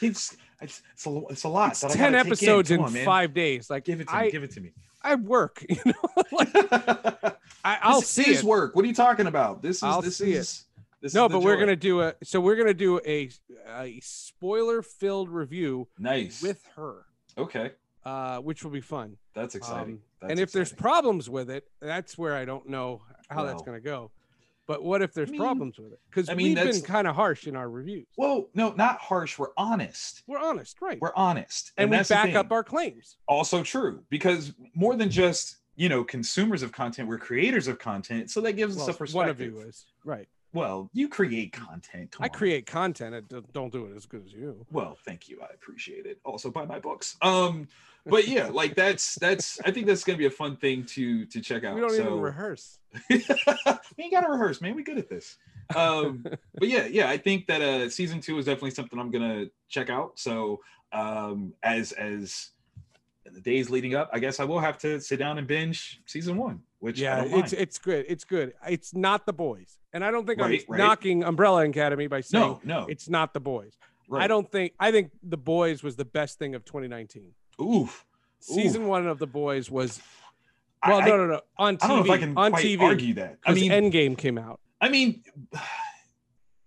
S3: it's, it's, it's, a, it's a lot.
S2: It's
S3: that I
S2: ten
S3: gotta take
S2: episodes
S3: Come
S2: in
S3: on, man.
S2: five days. Like
S3: Give it to
S2: I,
S3: me. Give it to me.
S2: I work, you know. like I, I'll
S3: this
S2: see
S3: is
S2: it.
S3: work. What are you talking about? This is
S2: I'll
S3: this
S2: see it.
S3: is this
S2: No,
S3: is the
S2: but we're
S3: joy.
S2: gonna do a. So we're gonna do a a spoiler filled review
S3: nice.
S2: with her,
S3: okay,
S2: uh, which will be fun.
S3: that's exciting.
S2: Um,
S3: That's
S2: and if there's
S3: exciting.
S2: problems with it, that's where I don't know how that's
S3: Well.
S2: gonna go. But what if there's
S3: mean-
S2: problems with it? Because
S3: I mean,
S2: we've been
S3: that's-
S2: kind of harsh in our reviews.
S3: well, no, not harsh. We're honest.
S2: We're honest, right?
S3: We're honest,
S2: and, we
S3: that's the
S2: back
S3: thing.
S2: up our claims.
S3: also true because more than just you know consumers of content, we're creators of content. So that gives
S2: Well,
S3: us a perspective.
S2: one of you is right.
S3: Well, you create content. Come
S2: I
S3: on.
S2: create content. I d- don't do it as good as you.
S3: well thank you i appreciate it also buy my books um but yeah like that's that's i think that's gonna be a fun thing to to check out
S2: we don't
S3: so
S2: even rehearse.
S3: we ain't gotta rehearse man we good at this um but yeah yeah i think that uh season two is definitely something i'm gonna check out so um as as in the days leading up i guess i will have to sit down and binge season one which yeah
S2: Yeah, it's it's good. It's good. It's not the boys, and I don't think I'm
S3: Right, right.
S2: knocking Umbrella Academy by saying
S3: no no
S2: it's not the boys.
S3: right.
S2: I don't think. I think the boys was the best thing of 2019.
S3: oof
S2: Season one of the boys was
S3: I-
S2: well,
S3: I,
S2: no, no, no, on TV,
S3: I don't know if i can
S2: on
S3: quite
S2: TV.
S3: argue that i
S2: 'cause
S3: mean
S2: Endgame came out.
S3: I mean,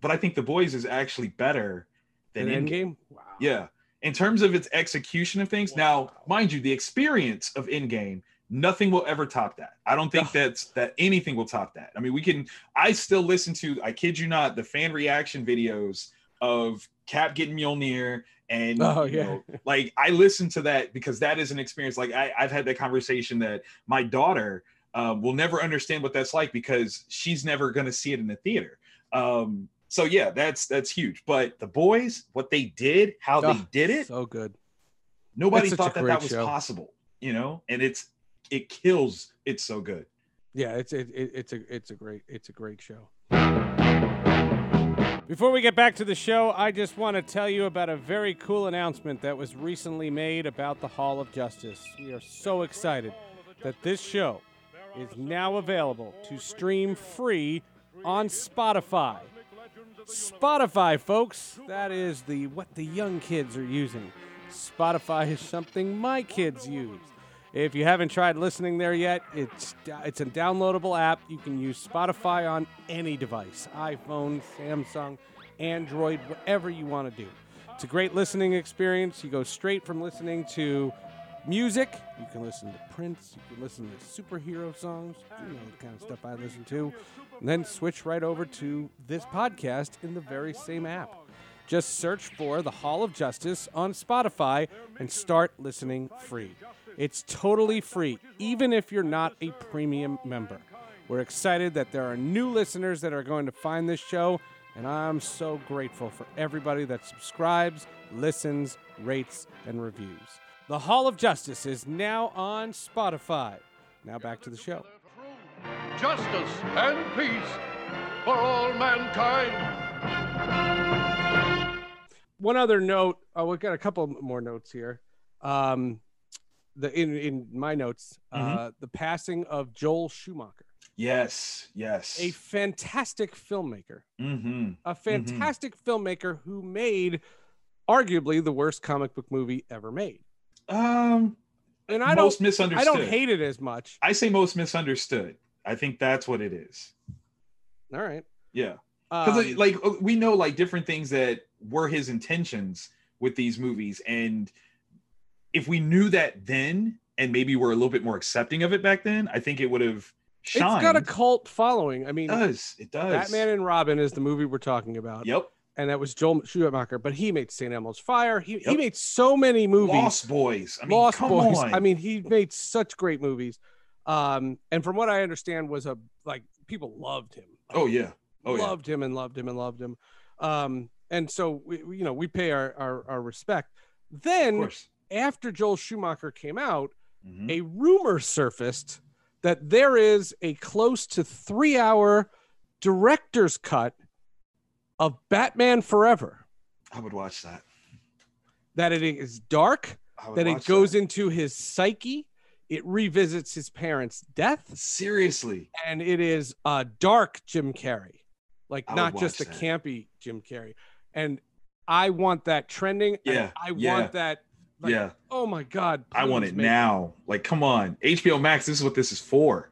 S3: but I think The Boys is actually better than
S2: Then
S3: Endgame.
S2: Endgame. Wow.
S3: Yeah. In terms of its execution of things, now, mind you, the experience of Endgame, nothing will ever top that. I don't think that's that anything will top that. I mean, we can, I still listen to, I kid you not, the fan reaction videos of Cap getting Mjolnir and
S2: Oh,
S3: you
S2: yeah.
S3: know, like I listen to that because that is an experience. Like I, I've had that conversation that my daughter um, will never understand what that's like because she's never going to see it in the theater. Um, so yeah, that's that's huge. But the boys, what they did, how they
S2: Oh,
S3: did it,
S2: So good.
S3: nobody
S2: that's such a
S3: thought that
S2: great
S3: that was
S2: show.
S3: possible. You know, and it's it kills. It's so good.
S2: Yeah, it's it, it, it's a it's a great it's a great show. Before we get back to the show, I just want to tell you about a very cool announcement that was recently made about the Hall of Justice. We are so excited that this show is now available to stream free on Spotify. Spotify, folks, that is the what the young kids are using. Spotify is something my kids use. If you haven't tried listening there yet, it's it's a downloadable app. You can use Spotify on any device, iPhone, Samsung, Android, whatever you want to do. It's a great listening experience. You go straight from listening to music. You can listen to Prince. You can listen to superhero songs. You know the kind of stuff I listen to. And then switch right over to this podcast in the very same app. Just search for The Hall of Justice on Spotify and start listening free. It's totally free, even if you're not a premium member. We're excited that there are new listeners that are going to find this show, and I'm so grateful for everybody that subscribes, listens, rates, and reviews. The Hall of Justice is now on Spotify. Now back to the show.
S6: justice, and peace for all mankind.
S2: One other note. Oh, we've got a couple more notes here. Um, the in in my notes,
S3: Mm-hmm.
S2: uh, the passing of Joel Schumacher,
S3: Yes, yes.
S2: a fantastic filmmaker,
S3: mm-hmm.
S2: a fantastic filmmaker who made arguably the worst comic book movie ever made.
S3: Um,
S2: And I
S3: most
S2: don't, I
S3: misunderstood.
S2: don't hate it as much.
S3: I say most misunderstood. I think that's what it is.
S2: All right,
S3: Yeah.
S2: um,
S3: because like uh, we know like different things that were his intentions with these movies and if we knew that then and maybe were a little bit more accepting of it back then, I think it would have
S2: It's
S3: shined.
S2: got a cult following. I
S3: Oh, it
S2: mean,
S3: does. It does.
S2: Batman and Robin is the movie we're talking about.
S3: Yep.
S2: And that was Joel Schumacher, but he made St. Elmo's Fire. He, he
S3: Yep.
S2: made so many movies.
S3: Lost Boys. I mean,
S2: Lost
S3: come
S2: Boys.
S3: on.
S2: I mean, he made such great movies. Um, and from what I understand, was a like people loved him. Like,
S3: oh yeah. Oh yeah.
S2: loved him and loved him and loved him. Um, and so we, we- you know, we pay our our, our respect.
S3: Of
S2: Then
S3: course.
S2: after Joel Schumacher came out,
S3: Mhm.
S2: a rumor surfaced that there is a close to three hour director's cut of Batman Forever.
S3: I would watch that.
S2: That it is dark,
S3: I would
S2: that it
S3: watch
S2: goes
S3: that.
S2: into his psyche, it revisits his parents' death,
S3: Seriously.
S2: and it is uh, dark Jim Carrey, like
S3: I would
S2: not just the
S3: watch that.
S2: campy Jim Carrey. And I want that trending. and
S3: Yeah,
S2: I
S3: yeah.
S2: want that. Like,
S3: yeah.
S2: Oh my God.
S3: I want
S2: please
S3: it
S2: make
S3: now. Like, come on. HBO Max, this is what this is for.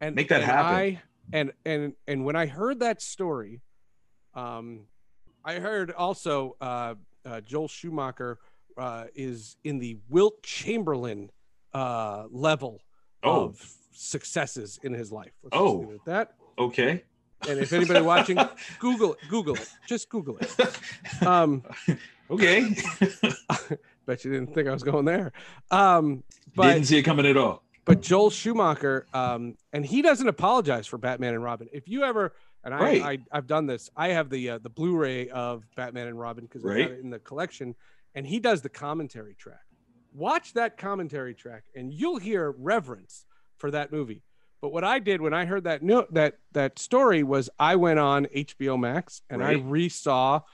S2: and
S3: Make that
S2: and
S3: happen.
S2: I, and and and when I heard that story, um, I heard also uh, uh, Joel Schumacher uh, is in the Wilt Chamberlain uh, level
S3: Oh.
S2: of successes in his life. Let's just
S3: Oh.
S2: leave it at that.
S3: Okay.
S2: And if anybody watching, Google it. Google it. Just Google it. Um,
S3: okay.
S2: bet you didn't think I was going there. Um, but
S3: Didn't see it coming at all.
S2: but Joel Schumacher, um, and he doesn't apologize for Batman and Robin. If you ever, and I,
S3: Right.
S2: I I've done this. I have the uh, the Blu-ray of Batman and Robin because I
S3: Right.
S2: got it in the collection, and he does the commentary track. Watch that commentary track, and you'll hear reverence for that movie. But what I did when I heard that no, that that story was I went on HBO Max and I
S3: Right.
S2: resaw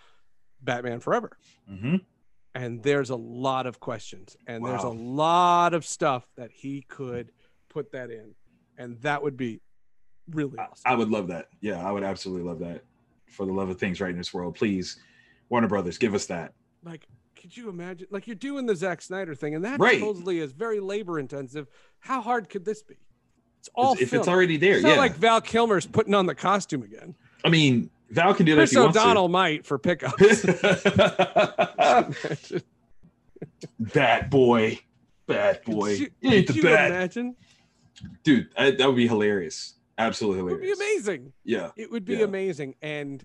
S2: Batman Forever Mm-hmm.
S3: hmm
S2: and there's a lot of questions and there's a
S3: Wow.
S2: lot of stuff that he could put that in and that would be really
S3: I,
S2: awesome
S3: I would love that. Yeah, I would absolutely love that. For the love of things right in this world, please, Warner Brothers, give us that.
S2: like could you imagine like you're doing the Zack Snyder thing and that
S3: Right.
S2: supposedly is very labor intensive how hard could this be it's all
S3: if
S2: film.
S3: it's already there,
S2: it's
S3: yeah.
S2: not like Val Kilmer's putting on the costume again
S3: I mean, Val can do that if
S2: Chris
S3: he wants to.
S2: O'Donnell might for pickups Could
S3: bat boy, bat boy.
S2: you,
S3: You ain't
S2: could
S3: the
S2: you
S3: bat,
S2: imagine
S3: dude. I, that would be hilarious. Absolutely
S2: it would be
S3: hilarious.
S2: amazing
S3: Yeah,
S2: it would be
S3: Yeah.
S2: amazing and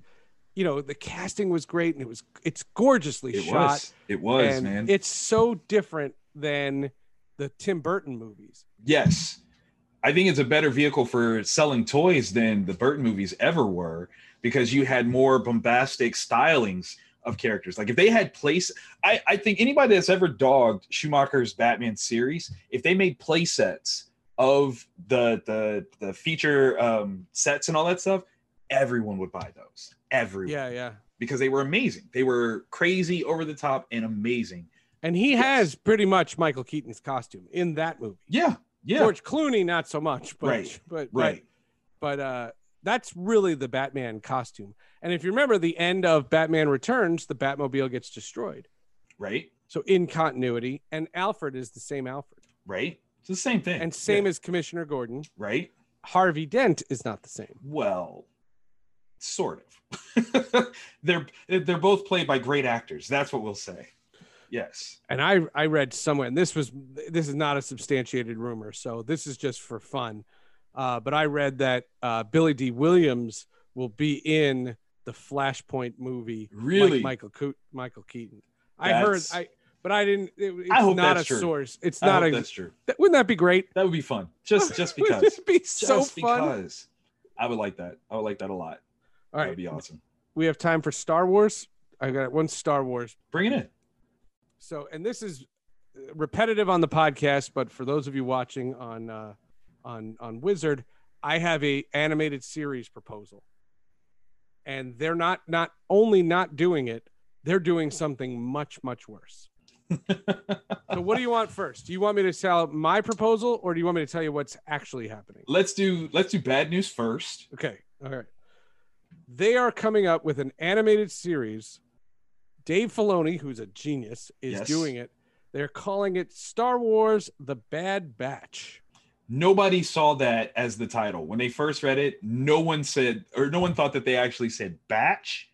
S2: you know the casting was great and it was it's gorgeously
S3: it
S2: shot
S3: was. It was,
S2: and
S3: man.
S2: it's so different than the tim burton movies
S3: yes, I think it's a better vehicle for selling toys than the Burton movies ever were because you had more bombastic stylings of characters. Like if they had place, I, I think anybody that's ever dogged Schumacher's Batman series, if they made play sets of the the the feature um, sets and all that stuff, everyone would buy those. Everyone,
S2: yeah yeah
S3: because they were amazing. They were crazy, over the top, and amazing.
S2: and he
S3: Yes.
S2: has pretty much michael keaton's costume in that movie
S3: Yeah, yeah,
S2: george clooney not so much but
S3: Right,
S2: but
S3: right.
S2: but, but uh that's really the batman costume and if you remember the end of batman returns the batmobile gets destroyed
S3: right.
S2: so in continuity and alfred is the same alfred
S3: right? It's the same thing.
S2: and same
S3: Yeah,
S2: as commissioner gordon
S3: right?
S2: harvey dent is not the same
S3: Well, sort of. they're they're both played by great actors. That's what we'll say. Yes.
S2: and I I read somewhere, and this was this is not a substantiated rumor, so this is just for fun. Uh, but I read that uh, Billy D. Williams will be in the Flashpoint movie, like
S3: Really?
S2: Michael Co- Michael Keaton. I heard
S3: That's-
S2: I, but I didn't. It, it's
S3: I hope
S2: not
S3: that's
S2: a
S3: true.
S2: source. It's
S3: I
S2: not
S3: hope
S2: a.
S3: that's true.
S2: That, wouldn't that be great?
S3: That would be fun. Just just
S2: Wouldn't
S3: because.
S2: it be
S3: just
S2: so fun.
S3: because. I would like that. I would like that a lot.
S2: All
S3: That'd
S2: right,
S3: be awesome.
S2: we have time for Star Wars. I got one Star Wars
S3: Bring it in.
S2: so and this is uh, repetitive on the podcast but for those of you watching on uh on on wizard i have a animated series proposal and they're not not only not doing it they're doing something much much worse so what do you want first do you want me to tell my proposal or do you want me to tell you what's actually happening
S3: Let's do let's do bad news first.
S2: Okay. All right. They are coming up with an animated series. Dave Filoni, who's a genius, is
S3: Yes.
S2: doing it. They're calling it Star Wars The Bad Batch.
S3: Nobody saw that as the title. When they first read it, no one said or no one thought that they actually said batch.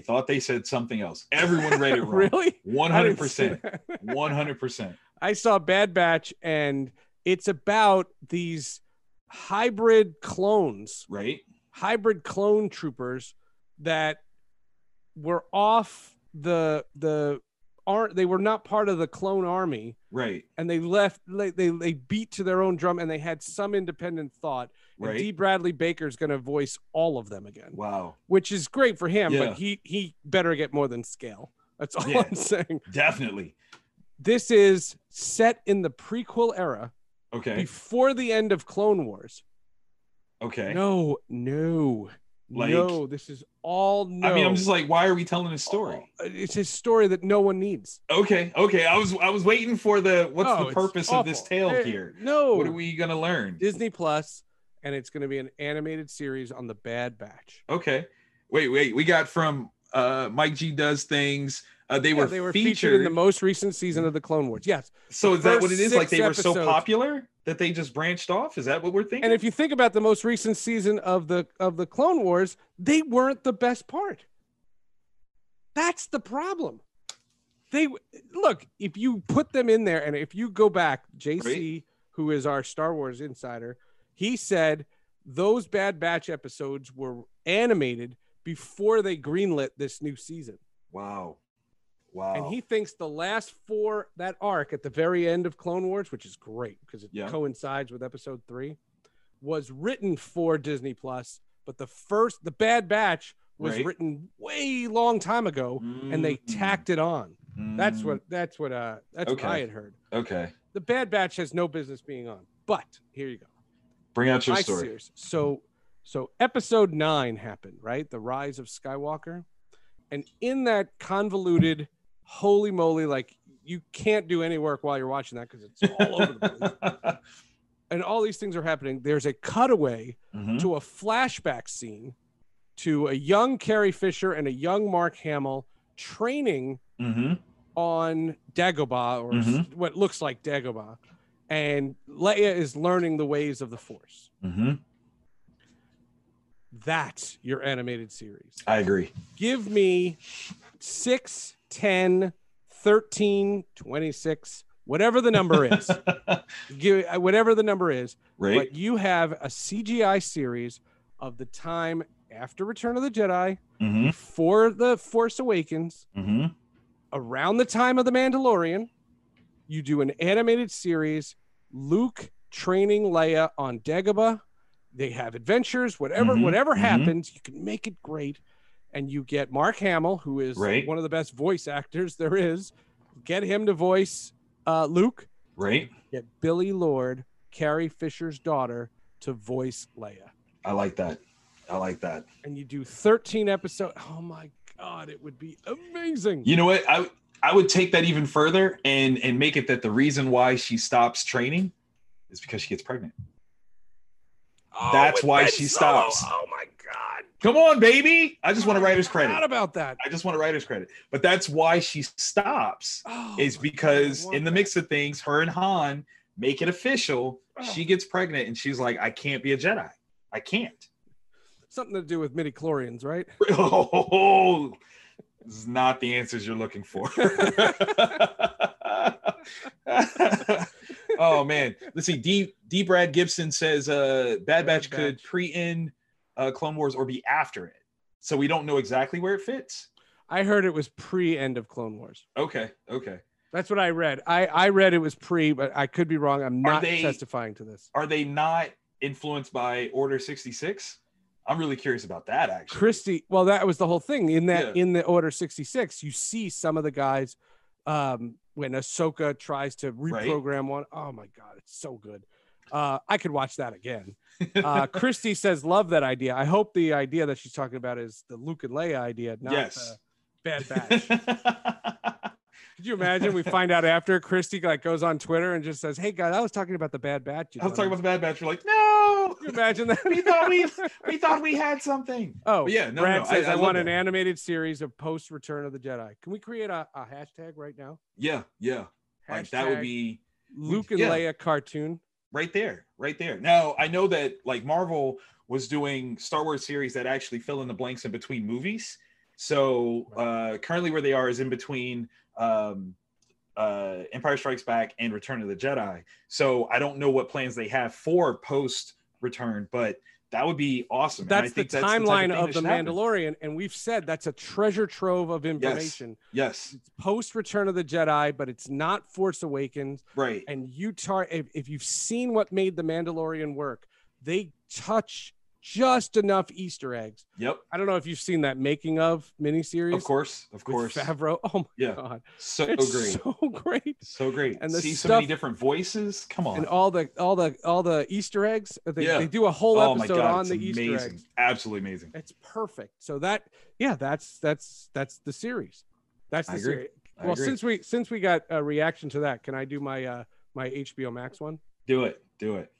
S3: thought they said something else. Everyone read it wrong.
S2: Really?
S3: One
S2: I
S3: hundred
S2: didn't see
S3: percent.
S2: that.
S3: One hundred percent.
S2: I saw Bad Batch, and it's about these hybrid clones,
S3: right?
S2: hybrid clone troopers that were off the the aren't they were not part of the clone army
S3: Right.
S2: and they left they, they they beat to their own drum and they had some independent thought and
S3: Right.
S2: d bradley baker's going to voice all of them again
S3: Wow.
S2: which is great for him
S3: Yeah.
S2: but he he better get more than scale that's all
S3: Yeah.
S2: i'm saying
S3: Definitely.
S2: this is set in the prequel era
S3: Okay.
S2: before the end of clone wars
S3: Okay.
S2: no no
S3: Like-
S2: no this is all no
S3: I mean, I'm just like, why are we telling this story?
S2: it's a story that no one needs
S3: Okay. Okay. I was I was waiting for the what's
S2: Oh,
S3: the
S2: it's
S3: purpose of this
S2: awful.
S3: tale
S2: Eh,
S3: here?
S2: no
S3: What are we gonna learn?
S2: disney plus and it's going to be an animated series on the bad batch
S3: Okay. Wait, wait. We got from uh Mike G does things. Uh, they,
S2: Yeah,
S3: were
S2: they were
S3: featured.
S2: featured. in the most recent season of the Clone Wars. Yes.
S3: so is that what it
S2: first
S3: is? Like
S2: six
S3: they were so
S2: episodes.
S3: popular that they just branched off? Is that what we're thinking?
S2: And if you think about the most recent season of the of the Clone Wars, they weren't the best part. That's the problem. They look, if you put them in there and if you go back, JC, who is our Star Wars insider, he said those Bad Batch episodes were animated before they greenlit this new season.
S3: wow. Wow.
S2: And he thinks the last four that arc at the very end of Clone Wars, which is great because it
S3: Yeah.
S2: coincides with episode 3, was written for Disney Plus, but the first the Bad Batch was
S3: Right.
S2: written way long time ago and they
S3: Mm,
S2: tacked it on. That's
S3: mm,
S2: what that's what uh that's what I
S3: Okay.
S2: had heard.
S3: Okay.
S2: The Bad Batch has no business being on. But here you go.
S3: Bring out your
S2: My
S3: story.
S2: series. So so episode 9 happened, right? The Rise of Skywalker. And in that convoluted holy moly like you can't do any work while you're watching that cuz it's all over the place. And all these things are happening. There's a cutaway
S3: Mhm.
S2: to a flashback scene to a young Carrie Fisher and a young Mark Hamill training
S3: Mhm.
S2: on Dagobah or s-
S3: Mhm.
S2: what looks like Dagobah. And Leia is learning the ways of the Force.
S3: Mhm.
S2: That's your animated series.
S3: I agree.
S2: Give me 6, 10, 13, 26, whatever the number is. Give, uh, whatever the number is.
S3: right.
S2: But you have a CGI series of the time after Return of the Jedi,
S3: Mhm.
S2: for The Force Awakens,
S3: Mhm.
S2: around the time of The Mandalorian. You do an animated series, Luke training Leia on Dagobah. They have adventures, whatever
S3: Mhm,
S2: whatever
S3: mhm.
S2: happens, you can make it great. And you get Mark Hamill, who is
S3: Right.
S2: one of the best voice actors there is. Get him to voice uh, Luke.
S3: Right.
S2: Get Billy Lord, Carrie Fisher's daughter, to voice Leia.
S3: I like that. I like that.
S2: And you do 13 episodes. Oh my God, it would be amazing.
S3: You know what? I w- I would take that even further and and make it that the reason why she stops training is because she gets pregnant. That's why she stops.
S4: Oh my god.
S3: Come on, baby! I just want a writer's
S2: Not
S3: credit.
S2: about that.
S3: I just want a writer's credit. But that's why she stops
S2: Oh my
S3: is
S2: God, I
S3: because
S2: want
S3: in the
S2: that.
S3: mix of things, her and Han make it official.
S2: Oh.
S3: She gets pregnant and she's like, "I can't be a Jedi. I can't."
S2: something to do with midi chlorians, right?
S3: Oh, this is not the answers you're looking for. oh man, let's see. D D Brad Gibson says uh, Bad Batch could
S2: Batch.
S3: pre-end uh, Clone Wars or be after it, so we don't know exactly where it fits.
S2: I heard it was pre end of Clone Wars.
S3: Okay, okay.
S2: That's what I read. I I read it was pre, but I could be wrong. I'm
S3: Are
S2: not
S3: they-
S2: testifying to this.
S3: Are they not influenced by Order sixty six? I'm really curious about that. Actually,
S2: Christie, well, that was the whole thing. In that,
S3: Yeah.
S2: in the Order sixty six, you see some of the guys um, when Ahsoka tries to
S3: Right.
S2: reprogram one. Oh my god, it's so good. Uh, I could watch that again. Uh, Christy says, "Love that idea." I hope the idea that she's talking about is the Luke and Leia idea, not
S3: Yes.
S2: the Bad Batch. Could you imagine? We find out after Christy like goes on Twitter and just says, "Hey guys, I was talking about the Bad Batch." you
S3: I was
S2: dummies."
S3: talking about the Bad Batch. We're like, no,
S2: Could you imagine that?
S3: we thought we we thought we had something.
S2: oh
S3: But yeah, no,
S2: Brad
S3: no, I-
S2: says
S3: I
S2: I,
S3: love
S2: want an
S3: that."
S2: animated series of post Return of the Jedi. Can we create a, a hashtag right now?
S3: Yeah, yeah. Like that
S2: Hashtag
S3: would be
S2: Luke and
S3: yeah.
S2: Leia cartoon.
S3: right there, right there. Now I know that like Marvel was doing Star Wars series that actually fill in the blanks in between movies. So uh, currently, where they are is in between um, uh, Empire Strikes Back and Return of the Jedi. So I don't know what plans they have for post Return, but that would be awesome. And I
S2: That's the
S3: think type
S2: timeline
S3: thing that
S2: of the
S3: should happen.
S2: Mandalorian, and we've said that's a treasure trove of information.
S3: Yes,
S2: Post Return of the Jedi, but it's not Force Awakens.
S3: right.
S2: And you tar if, if you've seen what made the Mandalorian work, they touch just enough Easter eggs.
S3: Yep.
S2: I don't know if you've seen that making of miniseries.
S3: Of course,
S2: with
S3: of course.
S2: Favreau. Oh my
S3: Yeah.
S2: god,
S3: So
S2: it's
S3: great.
S2: so great.
S3: so great.
S2: And
S3: And
S2: the
S3: see so many
S2: stuff-
S3: different voices. Come on.
S2: And all the all the all the Easter eggs. uh, They,
S3: Yeah.
S2: they do a whole
S3: oh my
S2: episode
S3: god,
S2: on
S3: it's
S2: the
S3: amazing.
S2: Easter eggs.
S3: Absolutely amazing.
S2: It's perfect. So that yeah, that's that's that's the series. That's
S3: I
S2: the
S3: agree.
S2: series.
S3: I
S2: Well,
S3: agree.
S2: since we since we got a reaction to that, can I do my uh my HBO Max one?
S3: do it, do it.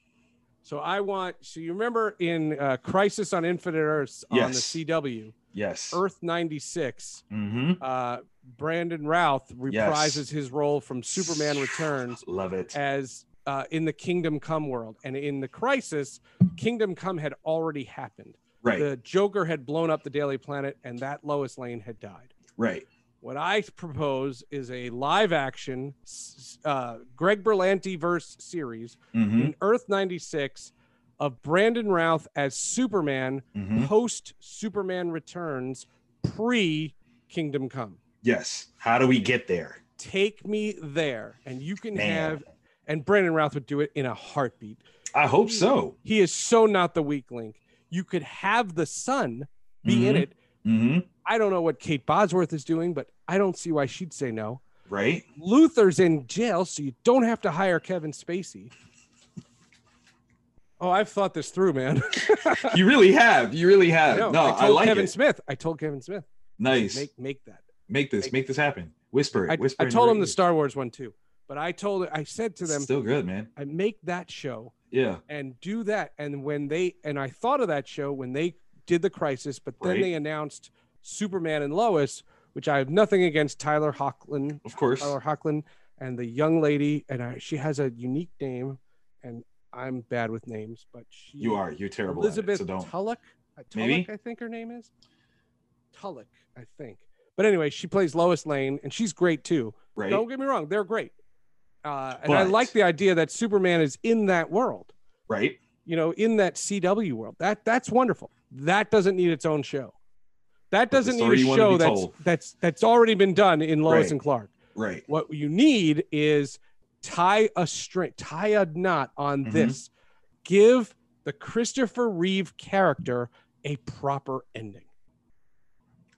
S2: So I want. So you remember in uh, Crisis on Infinite Earths on
S3: Yes.
S2: the CW,
S3: Yes.
S2: Earth ninety six.
S3: Mm-hmm.
S2: Uh, Brandon Routh
S3: Yes.
S2: reprises his role from Superman Returns
S3: Love it.
S2: as uh, in the Kingdom Come world, and in the Crisis, Kingdom Come had already happened.
S3: Right.
S2: The Joker had blown up the Daily Planet, and that Lois Lane had died.
S3: right.
S2: What I propose is a live action s- uh, Greg Berlanti verse series
S3: Mm-hmm.
S2: in Earth 96 of Brandon Routh as Superman
S3: Mm-hmm.
S2: post Superman Returns pre Kingdom Come.
S3: Yes. How do we get there?
S2: Take me there, and you can
S3: Man.
S2: have. And Brandon Routh would do it in a heartbeat.
S3: I hope so.
S2: He is so not the weak link. You could have the son be in
S3: Mhm.
S2: it.
S3: Mm-hmm.
S2: I don't know what Kate Bosworth is doing, but I don't see why she'd say no.
S3: Right.
S2: Luther's in jail, so you don't have to hire Kevin Spacey. Oh, I've thought this through, man.
S3: You really have. You really have.
S2: know.
S3: no,
S2: I
S3: I,
S2: told
S3: like
S2: Kevin
S3: it.
S2: Smith. I told Kevin Smith,
S3: Nice. Make,
S2: make make that.
S3: this.
S2: make-
S3: Make, this happen. Whisper it.
S2: I,
S3: Whisper.
S2: I
S3: in
S2: told
S3: your
S2: him the
S3: ear.
S2: Star Wars one too, but I told I said to
S3: It's
S2: them,
S3: Still good, man.
S2: I make that show
S3: Yeah.
S2: and do that. And when they and I thought of that show when they did the Crisis, but then
S3: Right.
S2: they announced Superman and Lois, which I have nothing against Tyler Hoechlin,
S3: Of course.
S2: Tyler Hoechlin, and the young lady, and I, she has a unique name, and I'm bad with names, but she
S3: You are. You're terrible.
S2: Elizabeth
S3: Elizabeth. At it, so don't.
S2: Tulloch, uh, Tulloch,
S3: Maybe?
S2: I think her name is Tulloch, I think. But anyway, she plays Lois Lane, and she's great too.
S3: Right.
S2: Don't get me wrong; they're great. Uh, and I
S3: But-
S2: like the idea that Superman is in that world,
S3: Right.
S2: you know, in that CW world. That that's wonderful. That doesn't need its own show. That
S3: But the
S2: doesn't
S3: story
S2: need a
S3: you wanna
S2: show
S3: be
S2: that's
S3: told.
S2: that's that's already been done in Lois
S3: Right.
S2: and Clark.
S3: Right.
S2: What you need is tie a string, tie a knot on
S3: Mhm.
S2: this. Give the Christopher Reeve character a proper ending.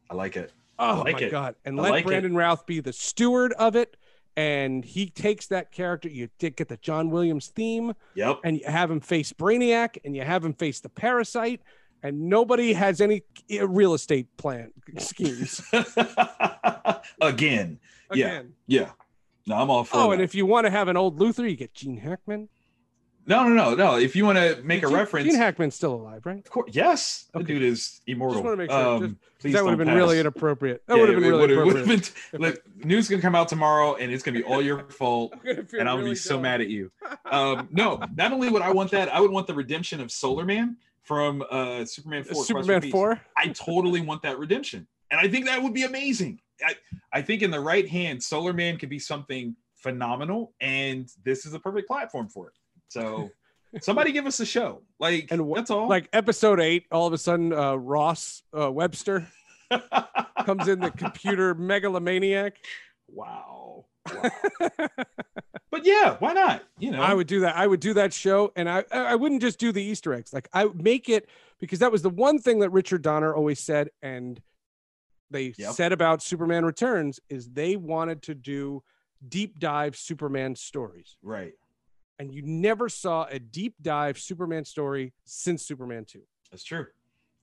S3: I like it.
S2: Oh
S3: like
S2: my
S3: it.
S2: god! And
S3: I
S2: let
S3: like it.
S2: Brandon Routh be the steward of it, and he takes that character. You did get the John Williams theme,
S3: Yep.
S2: and you have him face Brainiac, and you have him face the Parasite, and nobody has any uh, real estate plan schemes.
S3: Again. Yeah.
S2: Again.
S3: Yeah. No, I'm all for
S2: Oh,
S3: that.
S2: and if you want to have an old Luther, you get Gene Hackman.
S3: no, no, no, no. If you want to make a
S2: Gene-
S3: reference,
S2: Gene Hackman's still alive, right?
S3: of course, yes, the
S2: Okay.
S3: dude is immortal.
S2: wanna make sure,
S3: Um,
S2: just-
S3: please
S2: that would have
S3: don't
S2: been really
S3: pass.
S2: inappropriate. That
S3: Yeah,
S2: would have been
S3: it
S2: really
S3: would've- would've
S2: inappropriate.
S3: been- look, news gonna come out tomorrow, and it's gonna be all your fault,
S2: I'm gonna feel
S3: and I'll
S2: really
S3: be so
S2: dumb.
S3: mad at you. Um, no, not only would I want that, I would want the redemption of Solar Man from uh, Superman Four. Quest for
S2: Superman
S3: Peace.
S2: Four.
S3: I totally want that redemption, and I think that would be amazing. I, I think in the right hand, Solar Man could be something phenomenal, and this is a perfect platform for it. So, somebody give us a show, like
S2: And wh-
S3: that's all.
S2: Like episode eight, all of a sudden, uh, Ross uh, Webster comes in, the computer megalomaniac.
S3: wow. wow. but yeah, why not? You know,
S2: I would do that. I would do that show, and I I wouldn't just do the Easter eggs. Like I would make it because that was the one thing that Richard Donner always said, and they
S3: Yep.
S2: said about Superman Returns is they wanted to do deep dive Superman stories,
S3: right.
S2: and you never saw a deep dive Superman story since Superman Two.
S3: That's true.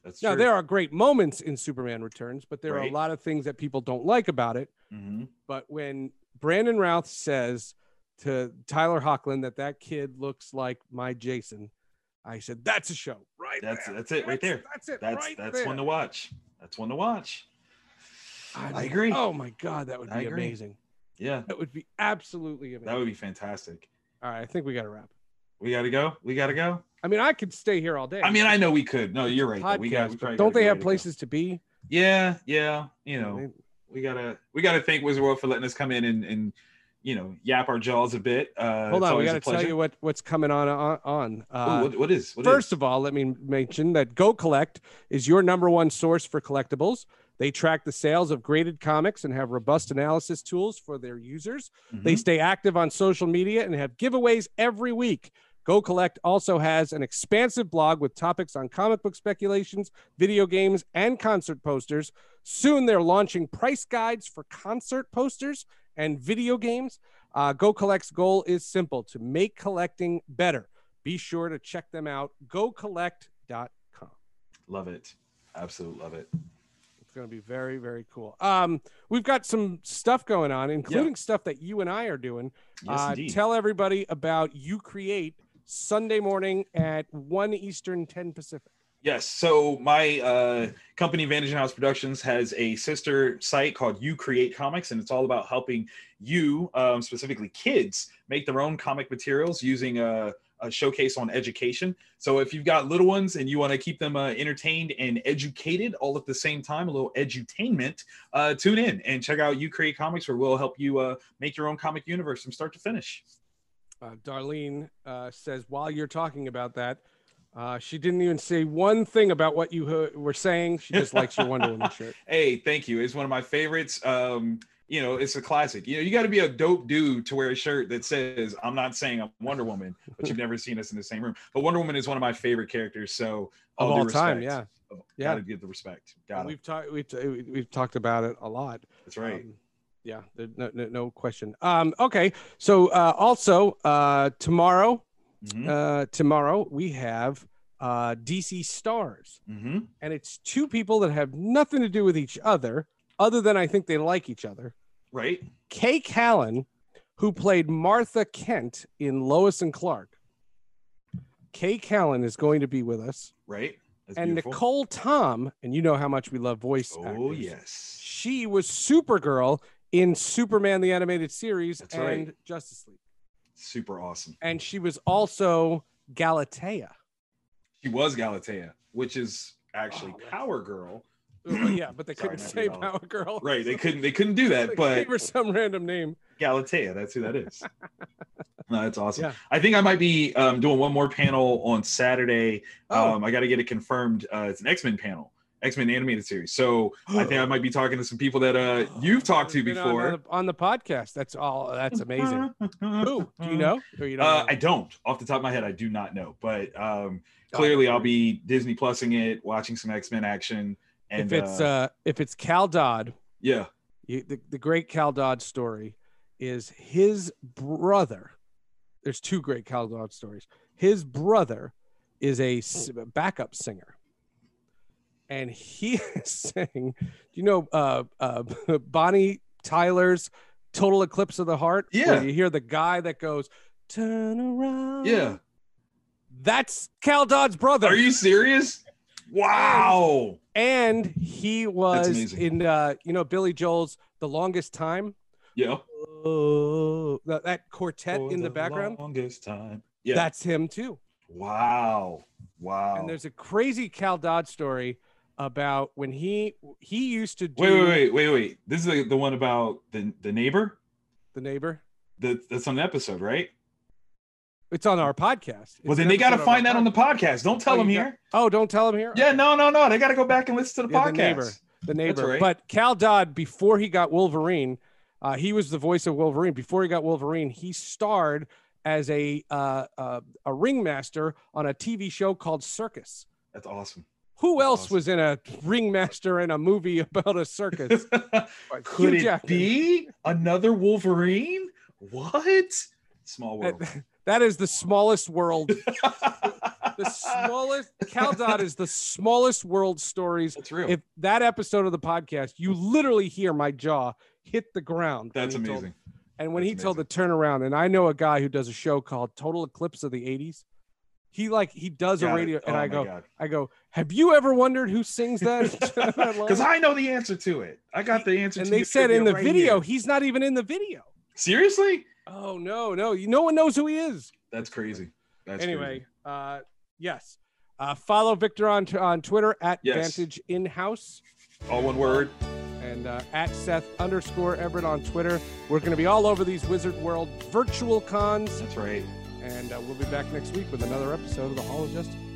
S3: That's
S2: Now
S3: true.
S2: there are great moments in Superman Returns, but there are a
S3: Right.
S2: lot of things that people don't like about it.
S3: Mhm.
S2: But when Brandon Routh says to Tyler Hoechlin that that kid looks like my Jason, I said that's a show right
S3: That's-
S2: there.
S3: that's it right there.
S2: That's it.
S3: That's
S2: right
S3: that's
S2: there.
S3: one to watch. That's one to watch.
S2: I,
S3: I agree.
S2: Oh my god, that would
S3: I
S2: be
S3: agree.
S2: amazing.
S3: Yeah,
S2: That would be absolutely amazing.
S3: that would be fantastic.
S2: All right, I think we got to wrap.
S3: We gotta go. We gotta go.
S2: I mean, I could stay here all day.
S3: I mean, I know we could. No, you're right. though.
S2: podcast,
S3: we got.
S2: but don't they have places to be?
S3: Yeah, yeah. You know,
S2: They-
S3: we gotta we gotta thank Wizard World for letting us come in and and you know, yap our jaws a bit. Uh,
S2: Hold
S3: it's
S2: on, we
S3: always
S2: got to
S3: a
S2: tell
S3: pleasure.
S2: you what what's coming on on. on.
S3: Ooh,
S2: Uh,
S3: what, what is? what is?
S2: First of all, let me mention that Go Collect is your number one source for collectibles. They track the sales of graded comics and have robust analysis tools for their users.
S3: Mm-hmm.
S2: They stay active on social media and have giveaways every week. Go Collect also has an expansive blog with topics on comic book speculations, video games, and concert posters. Soon they're launching price guides for concert posters and video games. Uh, Go Collect's goal is simple to make collecting better. Be sure to check them out. GoCollect.com.
S3: love it. Absolute love it.
S2: It's going to be very, very cool. Um, we've got some stuff going on, including stuff that you and I are doing.
S3: Yes,
S2: uh,
S3: indeed.
S2: tell everybody about You Create Sunday morning at 1 Eastern, 10 Pacific.
S3: Yes. So my uh, company, Vantage House Productions, has a sister site called You Create Comics, and it's all about helping you, um, specifically kids, make their own comic materials using a, a showcase on education. So if you've got little ones and you want to keep them uh, entertained and educated all at the same time, a little edutainment, uh, tune in and check out You Create Comics, where we'll help you uh, make your own comic universe from start to finish.
S2: Uh, Darlene uh, says, while you're talking about that, uh, she didn't even say one thing about what you uh, were saying. She just likes your Wonder Woman shirt.
S3: Hey, thank you. It's one of my favorites. Um, you know, it's a classic. You know, you got to be a dope dude to wear a shirt that says, "I'm not saying I'm Wonder Woman," but you've never seen us in the same room. But Wonder Woman is one of my favorite characters. So
S2: Of
S3: due
S2: all time,
S3: respect. Oh,
S2: Yeah.
S3: gotta give the respect. Got it.
S2: We've talked we've, we've talked about it a lot.
S3: That's right.
S2: Um, yeah, there- no, no, no question. Um, okay, so uh, also uh, tomorrow,
S3: Mhm,
S2: uh, tomorrow we have uh, DC Stars,
S3: mhm.
S2: and it's two people that have nothing to do with each other, other than I think they like each other.
S3: Right.
S2: Kay Callan, who played Martha Kent in Lois and Clark. Kay Callan is going to be with us,
S3: Right. That's
S2: and
S3: beautiful.
S2: Nicole Tom, and you know how much we love voice.
S3: Oh
S2: actors
S3: yes.
S2: she was Supergirl in Superman the Animated Series
S3: That's right.
S2: and Justice League.
S3: Super awesome.
S2: And she was also Galatea.
S3: She was Galatea, which is actually
S2: Oh, that's-
S3: Power Girl.
S2: Uh, yeah, but they
S3: Oh, Sorry,
S2: couldn't
S3: not
S2: say
S3: Galatea.
S2: Power Girl.
S3: Right. They couldn't. They couldn't do that.
S2: They
S3: But
S2: gave her some random name.
S3: Galatea. That's who that is. no, that's awesome.
S2: Yeah.
S3: I think I might be um, doing one more panel on Saturday.
S2: Oh.
S3: Um, I got to get it confirmed. Uh, it's an X Men panel, X Men animated series. So I think I might be talking to some people that uh, you've talked to
S2: Been on- on,
S3: before.
S2: the, on the podcast. That's all. That's amazing. Who do you know? Or you don't
S3: Uh,
S2: know?
S3: I don't. Off the top of my head, I do not know. But um, clearly, I'll be Disney plusing it, watching some X Men action.
S2: if
S3: And
S2: it's
S3: uh,
S2: uh, if it's Cal Dodd,
S3: yeah,
S2: you, the, the great Cal Dodd story is his brother. There's two great Cal Dodd stories. His brother is a s-
S3: Oh.
S2: backup singer, and he sang. Do you know uh, uh, Bonnie Tyler's "Total Eclipse of the Heart"? where
S3: Yeah.
S2: you hear the guy that goes, "Turn around."
S3: yeah.
S2: that's Cal Dodd's brother
S3: Are you serious? Wow.
S2: and he was
S3: amazing.
S2: in uh you know billy joel's the longest time
S3: Yeah.
S2: oh that, that quartet
S3: For
S2: in the background
S3: Longest time. Yeah.
S2: that's him too
S3: Wow. Wow.
S2: and there's a crazy cal dodd story about when he he used to do
S3: wait, wait, wait, wait, wait. This is the, the one about the the neighbor.
S2: the neighbor
S3: The, that's on the episode, right?
S2: it's on our podcast
S3: Well,
S2: It's
S3: then
S2: an
S3: they got
S2: episode
S3: to
S2: of our
S3: find that on the podcast. Don't tell
S2: Oh,
S3: them
S2: you got-
S3: here.
S2: oh don't tell him here
S3: Yeah, no, no, no. They got to go back and listen to the
S2: Yeah, the
S3: podcast.
S2: neighbor. the neighbor.
S3: right.
S2: But Cal Dodd, before he got Wolverine, uh, he was the voice of Wolverine. Before he got Wolverine, he starred as a uh, uh, a ringmaster on a TV show called Circus.
S3: That's awesome.
S2: Who
S3: That's
S2: else
S3: awesome.
S2: was in a ringmaster in a movie about a circus?
S3: Could
S2: Hugh
S3: it
S2: Jackman.
S3: be another Wolverine? What? Small world.
S2: That- that is the smallest world. The
S3: that's
S2: smallest Cal Dodd is the smallest world stories.
S3: real.
S2: If that episode of the podcast, you literally hear my jaw hit the ground. when
S3: that's
S2: he told-
S3: amazing.
S2: And when
S3: That's
S2: he told the turnaround, and I know a guy who does a show called Total Eclipse of the 80s. He like he does a
S3: Got it.
S2: radio, and
S3: Oh
S2: I
S3: my
S2: go,
S3: God.
S2: I go. Have you ever wondered who sings that?
S3: Because I know the answer to it. I got the answer.
S2: and
S3: to
S2: they
S3: the
S2: said in
S3: trivia
S2: the
S3: right
S2: video,
S3: here.
S2: he's not even in the video.
S3: Seriously?
S2: Oh no, no, you- no one knows who he is.
S3: That's crazy. That's
S2: anyway, uh, yes. Uh, follow Victor on on Twitter at
S3: Yes.
S2: Vantage In House,
S3: crazy. all one word.
S2: and and uh, at Seth underscore Everett on Twitter. We're going to be all over these Wizard World virtual cons,
S3: That's right.
S2: and uh, we'll be back next week with another episode of the Hall of Justice.